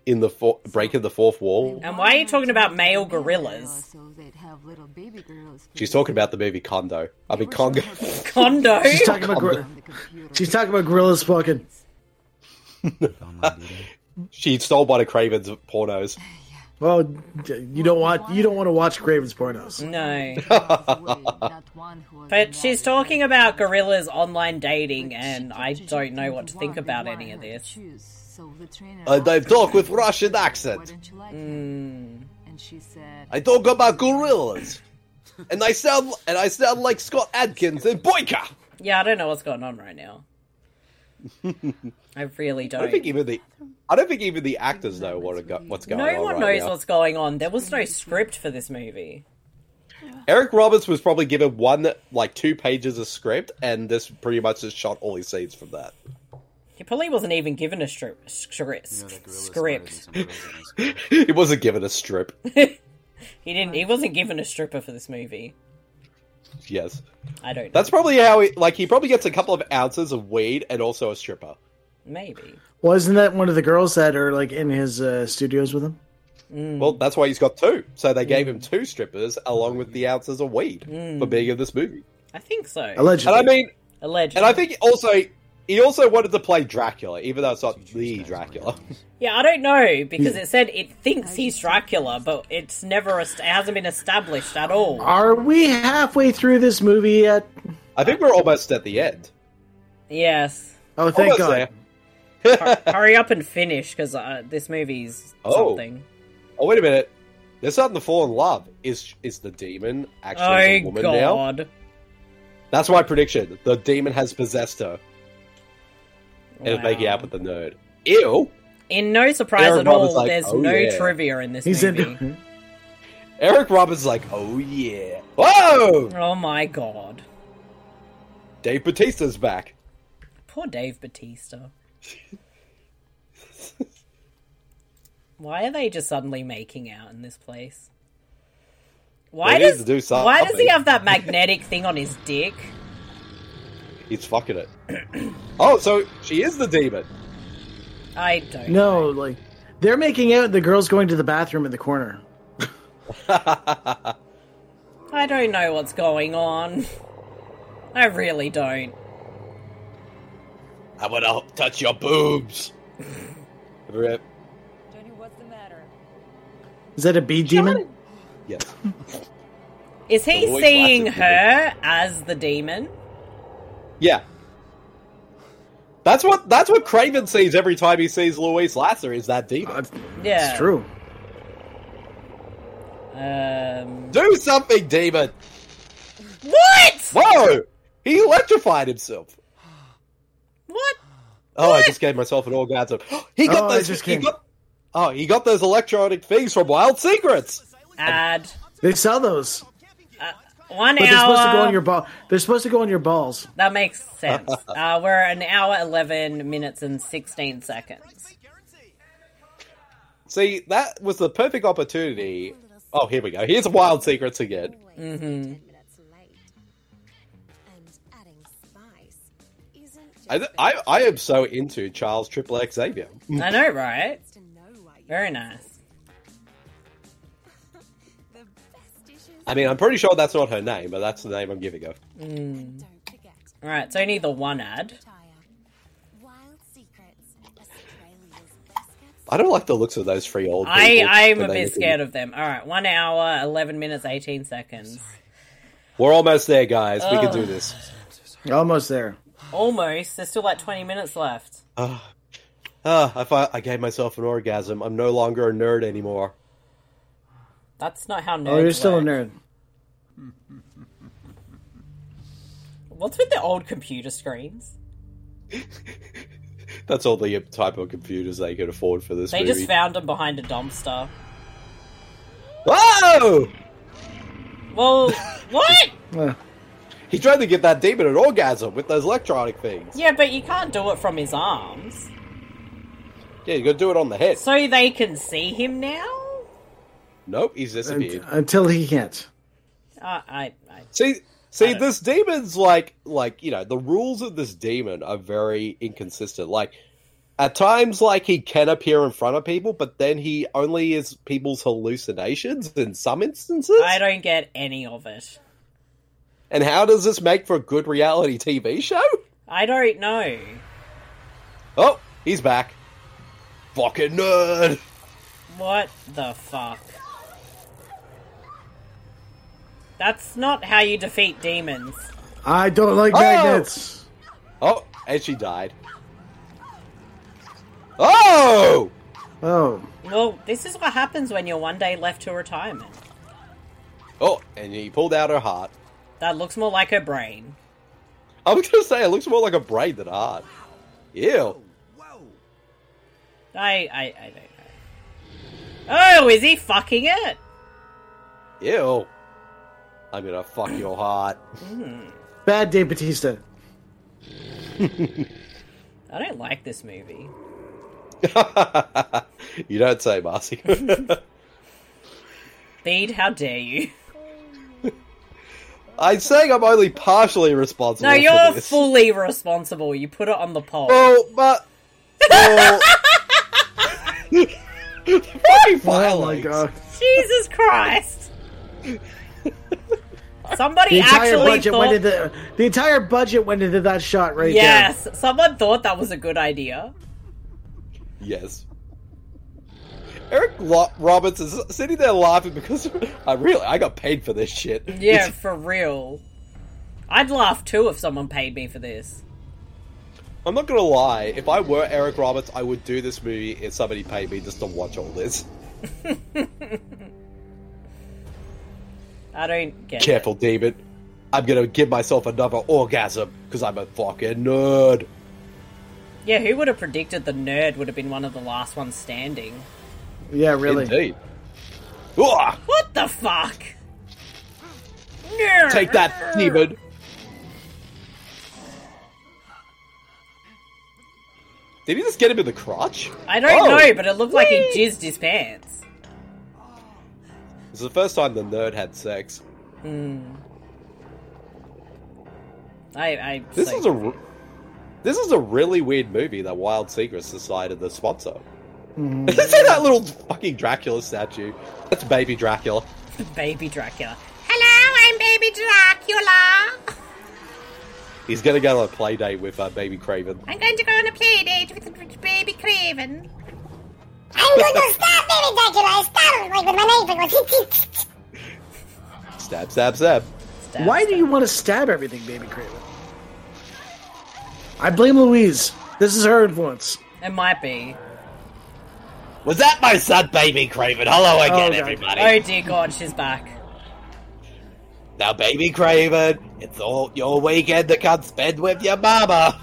In the for- breaking the fourth wall. And why are you talking about male gorillas? So they'd have little baby gorillas. She's talking about the movie Condo. I mean Congo. Condo? She's talking about gor- She's talking about gorillas fucking. she stole one of Craven's pornos. Well, d- you don't want you don't want to watch Craven's pornos. No. Not one who was But she's talking about gorillas online dating, and I don't know what to think about any of this. choose. So the trainer. I uh, they asked her, talk with Russian Why accent. don't you like Hmm. him? And she said, I talk about gorillas, and I sound and I sound like Scott Adkins and Boyka. Yeah, I don't know what's going on right now. I really I don't. don't think even the I don't think even the actors know what go, what's going on. no one right knows now. what's going on. There was no script for this movie. Eric Roberts was probably given one like two pages of script, and this pretty much just shot all his scenes from that. He probably wasn't even given a stri- stri- script. He wasn't given a strip. He didn't. He wasn't given a stripper for this movie. Yes, I don't. know. that's probably how he like he probably gets a couple of ounces of weed and also a stripper. Maybe. Wasn't that one of the girls that are like in his uh, studios with him? Well, that's why he's got two. So they gave him two strippers along with the ounces of weed for being in this movie. I think so. Allegedly. And I mean, Allegedly. and I think also he also wanted to play Dracula, even though it's not the Dracula. Yeah, I don't know because it said it thinks he's Dracula, but it's never. est- It hasn't been established at all. Are we halfway through this movie yet? I think we're almost at the end. Yes. Oh, thank Almost God. there. Hur- Hurry up and finish because uh, this movie's Oh. something. Oh wait a minute. They're starting to fall in love. Is is the demon actually a oh woman now? god. That's my prediction. The demon has possessed her and is Wow. making out with the nerd. Ew. In no surprise Aaron at all, Roberts like, there's "Oh, no yeah." trivia in this He's movie. in. Eric Roberts is like, oh yeah. Whoa! Oh my god. Dave Batista's back. Poor Dave Batista. why are they just suddenly making out in this place? Why They need does to do something. why does he have that magnetic thing on his dick? He's fucking it. oh, so she is the demon. I don't. No, like they're making out. The girls going to the bathroom in the corner. I don't know what's going on. I really don't. I want to touch your boobs. Rip. Johnny, what's the matter? Is that a bee demon? Yes. Is he Always seeing classic, her as the demon? Yeah. That's what that's what Craven sees every time he sees Louise Lasser is that demon. Yeah. true. Um, Do something, demon! What? Whoa! He electrified himself. What? Oh, I just gave myself an orgasm. He got Oh, I those. just he came. got, oh, he got those electronic things from Wild Secrets. Ad. They sell those. One But they're hour. supposed to go on your ball. They're supposed to go on your balls. That makes sense. uh, we're an hour, 11 minutes, and 16 seconds. See, that was the perfect opportunity. Oh, here we go. Here's Wild Secrets again. Mm-hmm. I, I, I am so into Charles Triple X Xavier. I know, right? Very nice. I mean, I'm pretty sure that's not her name, but that's the name I'm giving her. Mm. All right, it's only the one ad. I don't like the looks of those three old. I, people I'm a when they bit look in- scared of them. All right, one hour, 11 minutes, 18 seconds. We're almost there, guys. We can Ugh. do this. Almost there. Almost. There's still like 20 minutes left. Ah, ah, I, fi- I gave myself an orgasm. I'm no longer a nerd anymore. That's not how nerds Oh, you're work. still a nerd. What's with the old computer screens? That's all the type of computers they could afford for this they movie. just found them behind a dumpster. Whoa! Well, what? He tried to get that demon an orgasm with those electronic things. Yeah, but you can't do it from his arms. Yeah, you gotta do it on the head. So they can see him now? Nope, he's disappeared. Uh, Until he can't. Uh, I, I, See, see, this demon's like, like you know, the rules of this demon are very inconsistent. Like, at times, like he can appear in front of people, but then he only is people's hallucinations in some instances. I don't get any of it. And how does this make for a good reality TV show? I don't know. Oh, he's back. Fucking nerd. What the fuck? That's not how you defeat demons. I don't like Oh! magnets. Oh, and she died. Oh! Oh. Well, this is what happens when you're one day left to retirement. Oh, and he pulled out her heart. That looks more like her brain. I was gonna say it looks more like a braid than a heart. Ew. I, I, I don't know. Oh, is he fucking it? Ew. I'm gonna fuck your heart. Mm, Bad day, Batista. I don't like this movie. you don't say, Marcy. Bede, how dare you? I'm saying I'm only partially responsible. No, for you're this. fully responsible. You put it on the poll. Well, but. well- Fucking Oh violence. Jesus Christ! Somebody The entire actually budget thought. went into the entire budget went into that shot right yes, someone thought that was a good idea. Yes. Eric Lo- Roberts is sitting there laughing because I really I got paid for this shit. Yeah, for real. I'd laugh too if someone paid me for this. I'm not gonna lie. If I were Eric Roberts, I would do this movie if somebody paid me just to watch all this. I don't get it. Careful, David. I'm gonna give myself another orgasm because I'm a fucking nerd. Yeah, who would have predicted the nerd would have been one of the last ones standing? there. Yeah, really. Indeed. Uah! What the fuck? Take that, demon. Did he just get him in the crotch? I don't Oh. know, but it looked like he jizzed his pants. This is the first time the nerd had sex. Hmm. I, I. This so- is a r- this is a really weird movie that Wild Secrets decided to sponsor. See that little fucking Dracula statue? That's baby Dracula. Baby Dracula. Hello, I me Dracula. He's gonna go on a play date with uh, baby Craven. I'm going to go on a play date with baby Craven. I'm going to stab baby Dracula. I stabbed him with my knife. It was Stab, stab, stab. Why do you want to stab everything, baby Craven? I blame Louise. This is her influence. It might be. Was that my son, baby Craven? Hello again, everybody. Oh dear God, she's back. Now, baby Craven, it's all your weekend to come spend with your mama.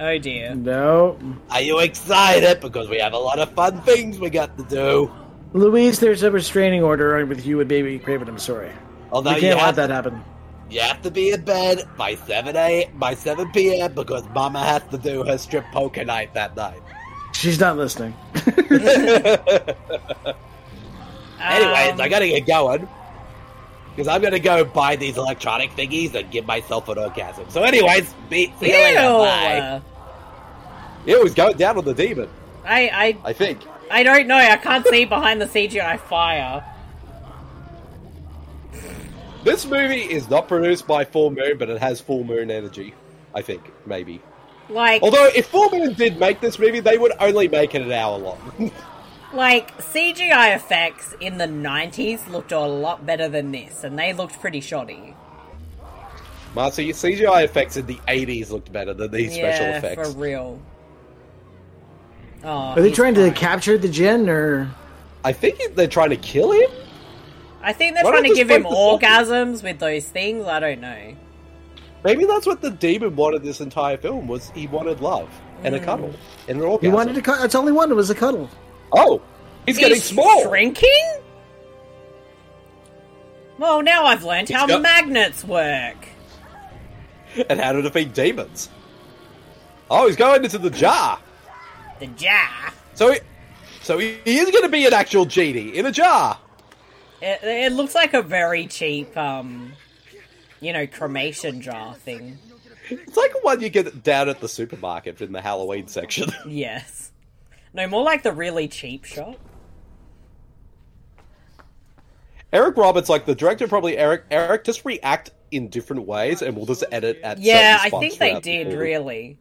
Oh dear. No. Are you excited? Because we have a lot of fun things we got to do. Louise, there's a restraining order with you and baby Craven. I'm sorry. Although we you can't have let that to- happen. You have to be in bed by seven a by seven p.m. because Mama has to do her strip poker night that night. She's not listening. Anyways, Um. I gotta get going because I'm gonna go buy these electronic thingies and give myself an orgasm. So, anyways, be, see you later. Ew. Bye. It was going down on the demon. I, I, I think. I don't know. I can't see behind the CGI fire. This movie is not produced by Full Moon, but it has Full Moon energy. I think, maybe. Like, Although, if Full Moon did make this movie, they would only make it an hour long. like CGI effects in the '90s looked a lot better than this, and they looked pretty shoddy. Marcy, your CGI effects in the 80s looked better than these special yeah, effects. for real. Oh, Are they trying to capture the gin or? I think they're trying to kill him. I think they're Why trying don't to give just him break the orgasms with those things. I don't know. Maybe that's what the demon wanted this entire film was he wanted love and a Mm. cuddle and an You orgasm. wanted to. Cu- that's only one. was a cuddle. Oh, he's, getting small. Shrinking? Well, now I've learned He's how got- magnets work. and how to defeat demons. Oh, he's going into the jar. The jar. So, he, so he, he is going to be an actual genie in a jar. It, it looks like a very cheap, um, you know, cremation jar thing. It's like one you get down at the supermarket in the Halloween section. Yes. No, more like the really cheap shop. Eric Roberts, like the director, probably Eric. Eric, just react in different ways, and we'll just edit at. Yeah, certain I spots think they throughout the did, movie. really.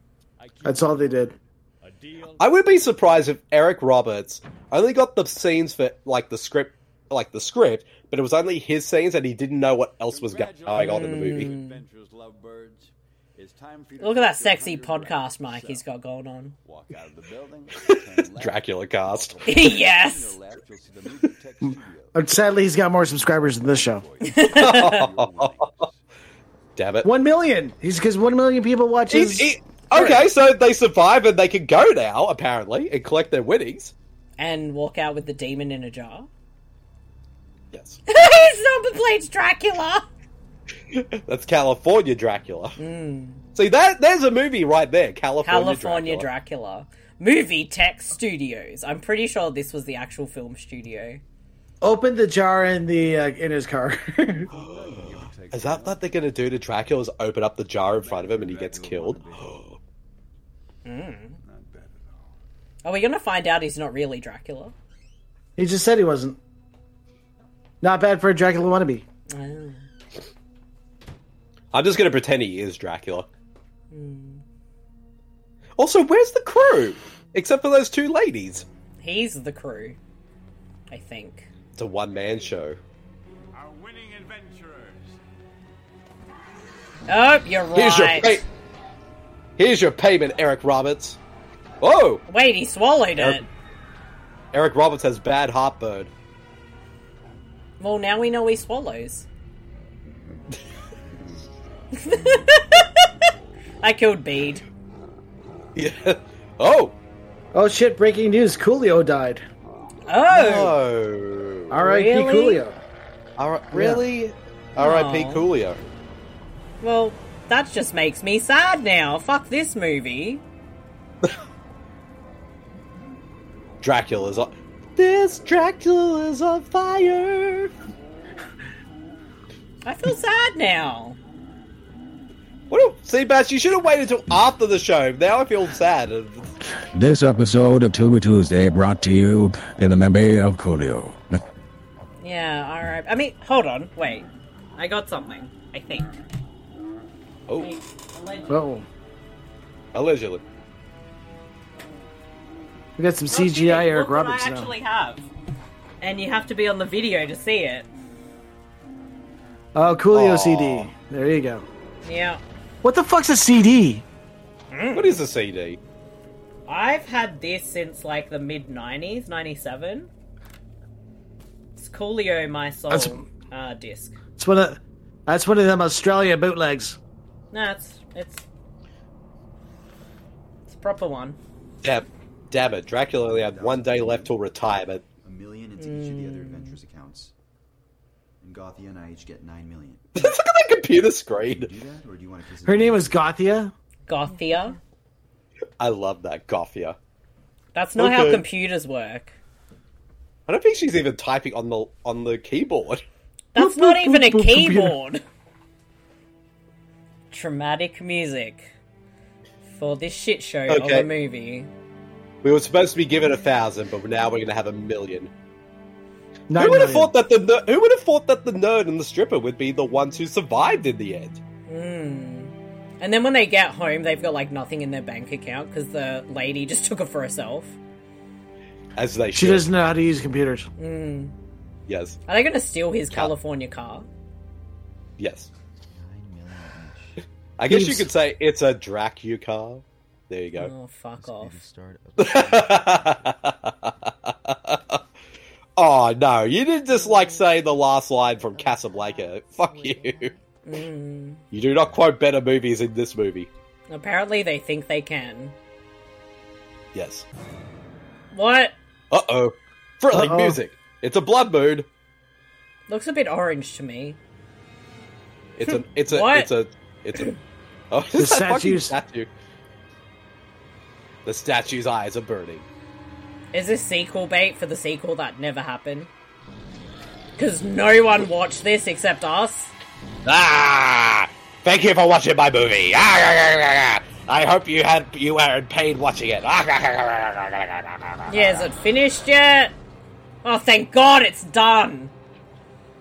That's all they did. I would be surprised if Eric Roberts only got the scenes for like the script, like the script, but it was only his scenes, and he didn't know what else was going on in the movie. Adventurous lovebirds. It's time for you to Mm. Look at that take your sexy hundred podcast mic he's got going on. Walk out of the building. Dracula cast. yes! Uh, Sadly, he's got more subscribers than this show. Damn it! One million. He's because one million people watch He's- his. he- okay, so they survive and they can go now, apparently, and collect their winnings. And walk out with the demon in a jar. Yes, He's not played Dracula! that's California Dracula. See that? There's a movie right there, California, Hmm. California Dracula. Dracula. Movie Tech Studios. I'm pretty sure this was the actual film studio. Open the jar in the uh, in his car. Is that what they're gonna do to Dracula? Is open up the jar in front of him and he gets killed? Mm. Are we going to find out he's not really Dracula? he just said he wasn't. Not bad for a Dracula wannabe. Oh. I'm just gonna pretend he is Dracula. Hmm. Also, where's the crew? Except for those two ladies. He's the crew, I think. It's a one man show. Our winning adventurers. Oh, you're Here's your right. pay- Here's your payment, Eric Roberts. Whoa! Wait, he swallowed Eric- it. Eric Roberts has bad heartburn. Well, now we know he swallows. I killed Bede. Yeah. Oh! Oh shit! Breaking news: Coolio died. Oh, No. R.I.P. Really? Coolio. R- really? R.I.P. Aw. Coolio. well, that just makes me sad now. Fuck this movie. Dracula's on. This Dracula's on fire! I feel sad now. What a- See, Bash, you should have waited until after the show. Now I feel sad. This episode of Tubi Tuesday brought to you in the memory of Coolio. Yeah, alright. I mean, hold on, wait. I got something. I think. Oh. Like, allegedly. Whoa. Allegedly. We got some Oh, shit, CGI Eric look what Roberts I now. actually have. And you have to be on the video to see it. Oh, Aw. Coolio CD. There you go. Yeah. What the fuck's a CD? What is a CD? I've had this since like the mid 90s, 97. It's Coolio My Soul That's- uh, disc. It's one of that's one of them Australia bootlegs. No, it's, it's, it's a proper one. Damn, damn it. Dracula only had one day left till retirement. A million into each of the Mm. other adventurers' accounts. And Gothia and I each get nine million. Look at that computer screen. Do that, or do you want to kiss Her name was Gothia. Gothia. I love that Gothia. That's not how Okay. computers work. I don't think she's even typing on the on the keyboard. That's not even a boop, computer. keyboard. Traumatic music for this shit show of Okay. a movie. We were supposed to be given a thousand, but now we're going to have a million. Nine who would have million. thought that the ner- who would have thought that the nerd and the stripper would be the ones who survived in the end? Mm. And then when they get home, they've got like nothing in their bank account because the lady just took it for herself. As they She should. doesn't know how to use computers. Mm. Yes, Are they going to steal his California car? yes. I guess you Thieves. could say it's a Dracu car. There you go. Oh, fuck off. Oh no, you didn't just like say the last line from Casablanca. Fuck you. Mm. You do not quote better movies in this movie. Apparently, they think they can. Yes. What? Uh oh. Thrilling Uh-oh. music. It's a blood moon. Looks a bit orange to me. It's a it's a What? it's a it's a Oh, The it's that fucking statues. statue. The statue's eyes are burning. Is this sequel bait for the sequel that never happened? Because no one watched this except us. Ah! Thank you for watching my movie. Ah, ah, ah, ah, ah. I hope you had you were in pain watching it. Ah, ah, ah, ah, ah, ah, ah, ah, ah, ah. Yeah, is it finished yet? Oh, thank God it's done.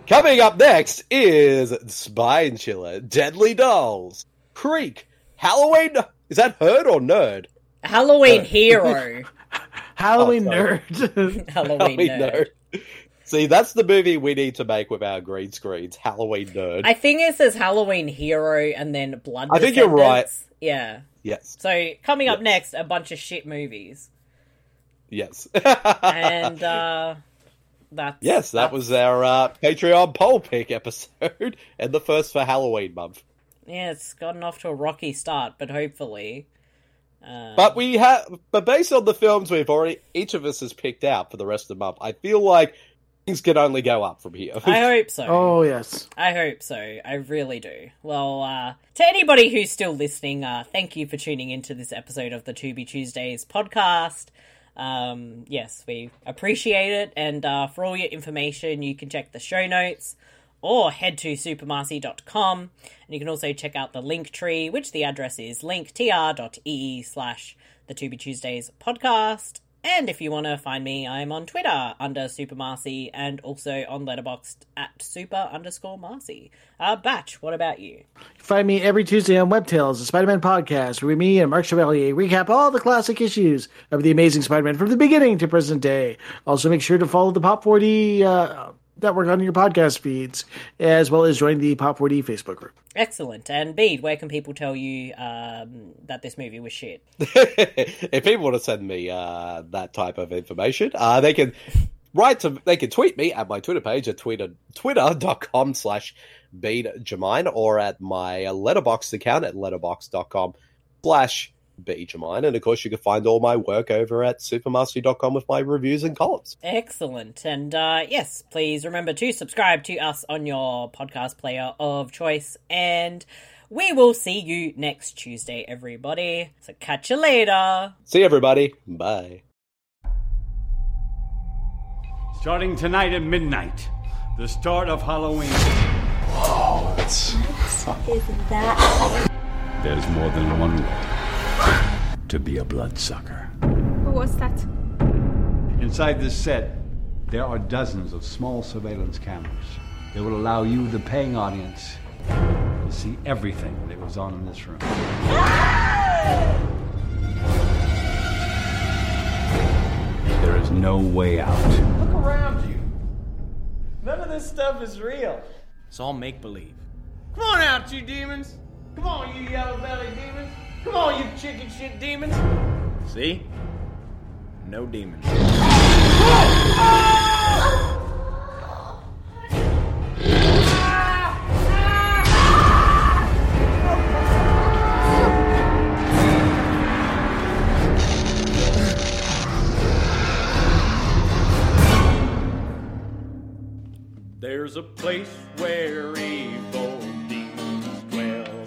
Coming up next is Spine Chiller, Deadly Dolls, Creek, Halloween. Is that herd or nerd? Halloween Uh, hero. Halloween Oh, sorry. nerd. Halloween nerd. See, that's the movie we need to make with our green screens. Halloween nerd. I think it says Halloween hero and then blood. I think you're right. Descendants. Yeah. yes, So coming up next, a bunch of shit movies, yes, and uh, that's yes. That was our uh, Patreon poll pick episode, and the first for Halloween month. yeah, it's gotten off to a rocky start, but hopefully, uh, But we have, but based on the films we've already each of us has picked out for the rest of the month, I feel like things can only go up from here. I hope so. Oh yes. I hope so. I really do. Well, uh, to anybody who's still listening, uh, thank you for tuning into this episode of the To Be Tuesdays podcast. Um, yes, we appreciate it. And uh, for all your information, you can check the show notes or head to supermarcy.com. And you can also check out the link tree, which the address is linktr.ee slash the To Be Tuesdays podcast. And if you want to find me, I'm on Twitter under Super Marcy and also on Letterboxd at super underscore Marcy. Uh, Batch, what about you? Find me every Tuesday on WebTales, the Spider-Man podcast, where me and Mark Chevalier recap all the classic issues of the Amazing Spider-Man from the beginning to present day. Also, make sure to follow the Pop 40 uh, network on your podcast feeds, as well as join the Pop 40 Facebook group. Excellent. And Bede, where can people tell you um, that this movie was shit? if people want to send me uh, that type of information, uh, they can write to they can tweet me at my Twitter page at twitter twitter.com slash bead Jamine or at my letterbox account at letterbox.com slash Jamine. And of course you can find all my work over at supermastery.com with my reviews and columns. Excellent. And uh, yes, please remember to subscribe to us on your podcast player of choice. And we will see you next Tuesday, everybody. So catch you later. See everybody. Bye. Starting tonight at midnight, the start of Halloween. Oh, that's Isn't that? There's more than one way to be a bloodsucker. Who was that? Inside this set, there are dozens of small surveillance cameras. They will allow you, the paying audience, You'll see everything that goes on in this room. There is no way out. Look around you. None of this stuff is real. It's all make believe. Come on out, you demons! Come on, you yellow bellied demons! Come on, you chicken shit demons! See? No demons. There's a place where evil demons dwell.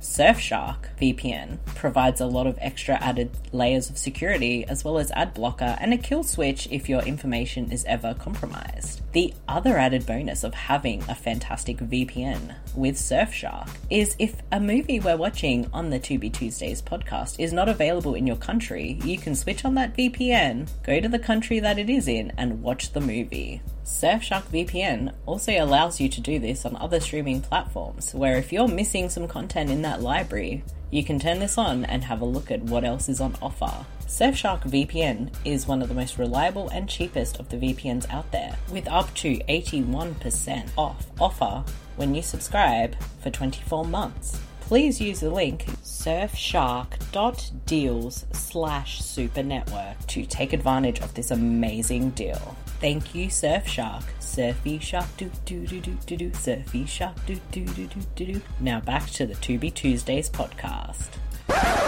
Surfshark VPN provides a lot of extra added layers of security, as well as ad blocker and a kill switch if your information is ever compromised. The other added bonus of having a fantastic VPN with Surfshark is if a movie we're watching on the 2B Tuesdays podcast is not available in your country, you can switch on that VPN, go to the country that it is in, and watch the movie. Surfshark VPN also allows you to do this on other streaming platforms, where if you're missing some content in that library, you can turn this on and have a look at what else is on offer. Surfshark VPN is one of the most reliable and cheapest of the VPNs out there, with up to 81% off offer when you subscribe for 24 months. Please use the link surfshark.deals slash supernetwork to take advantage of this amazing deal. Thank you, Surfshark. Surfy shark do do do do do do. Surfy shark do do do do do do. Now back to the To Be Tuesdays podcast.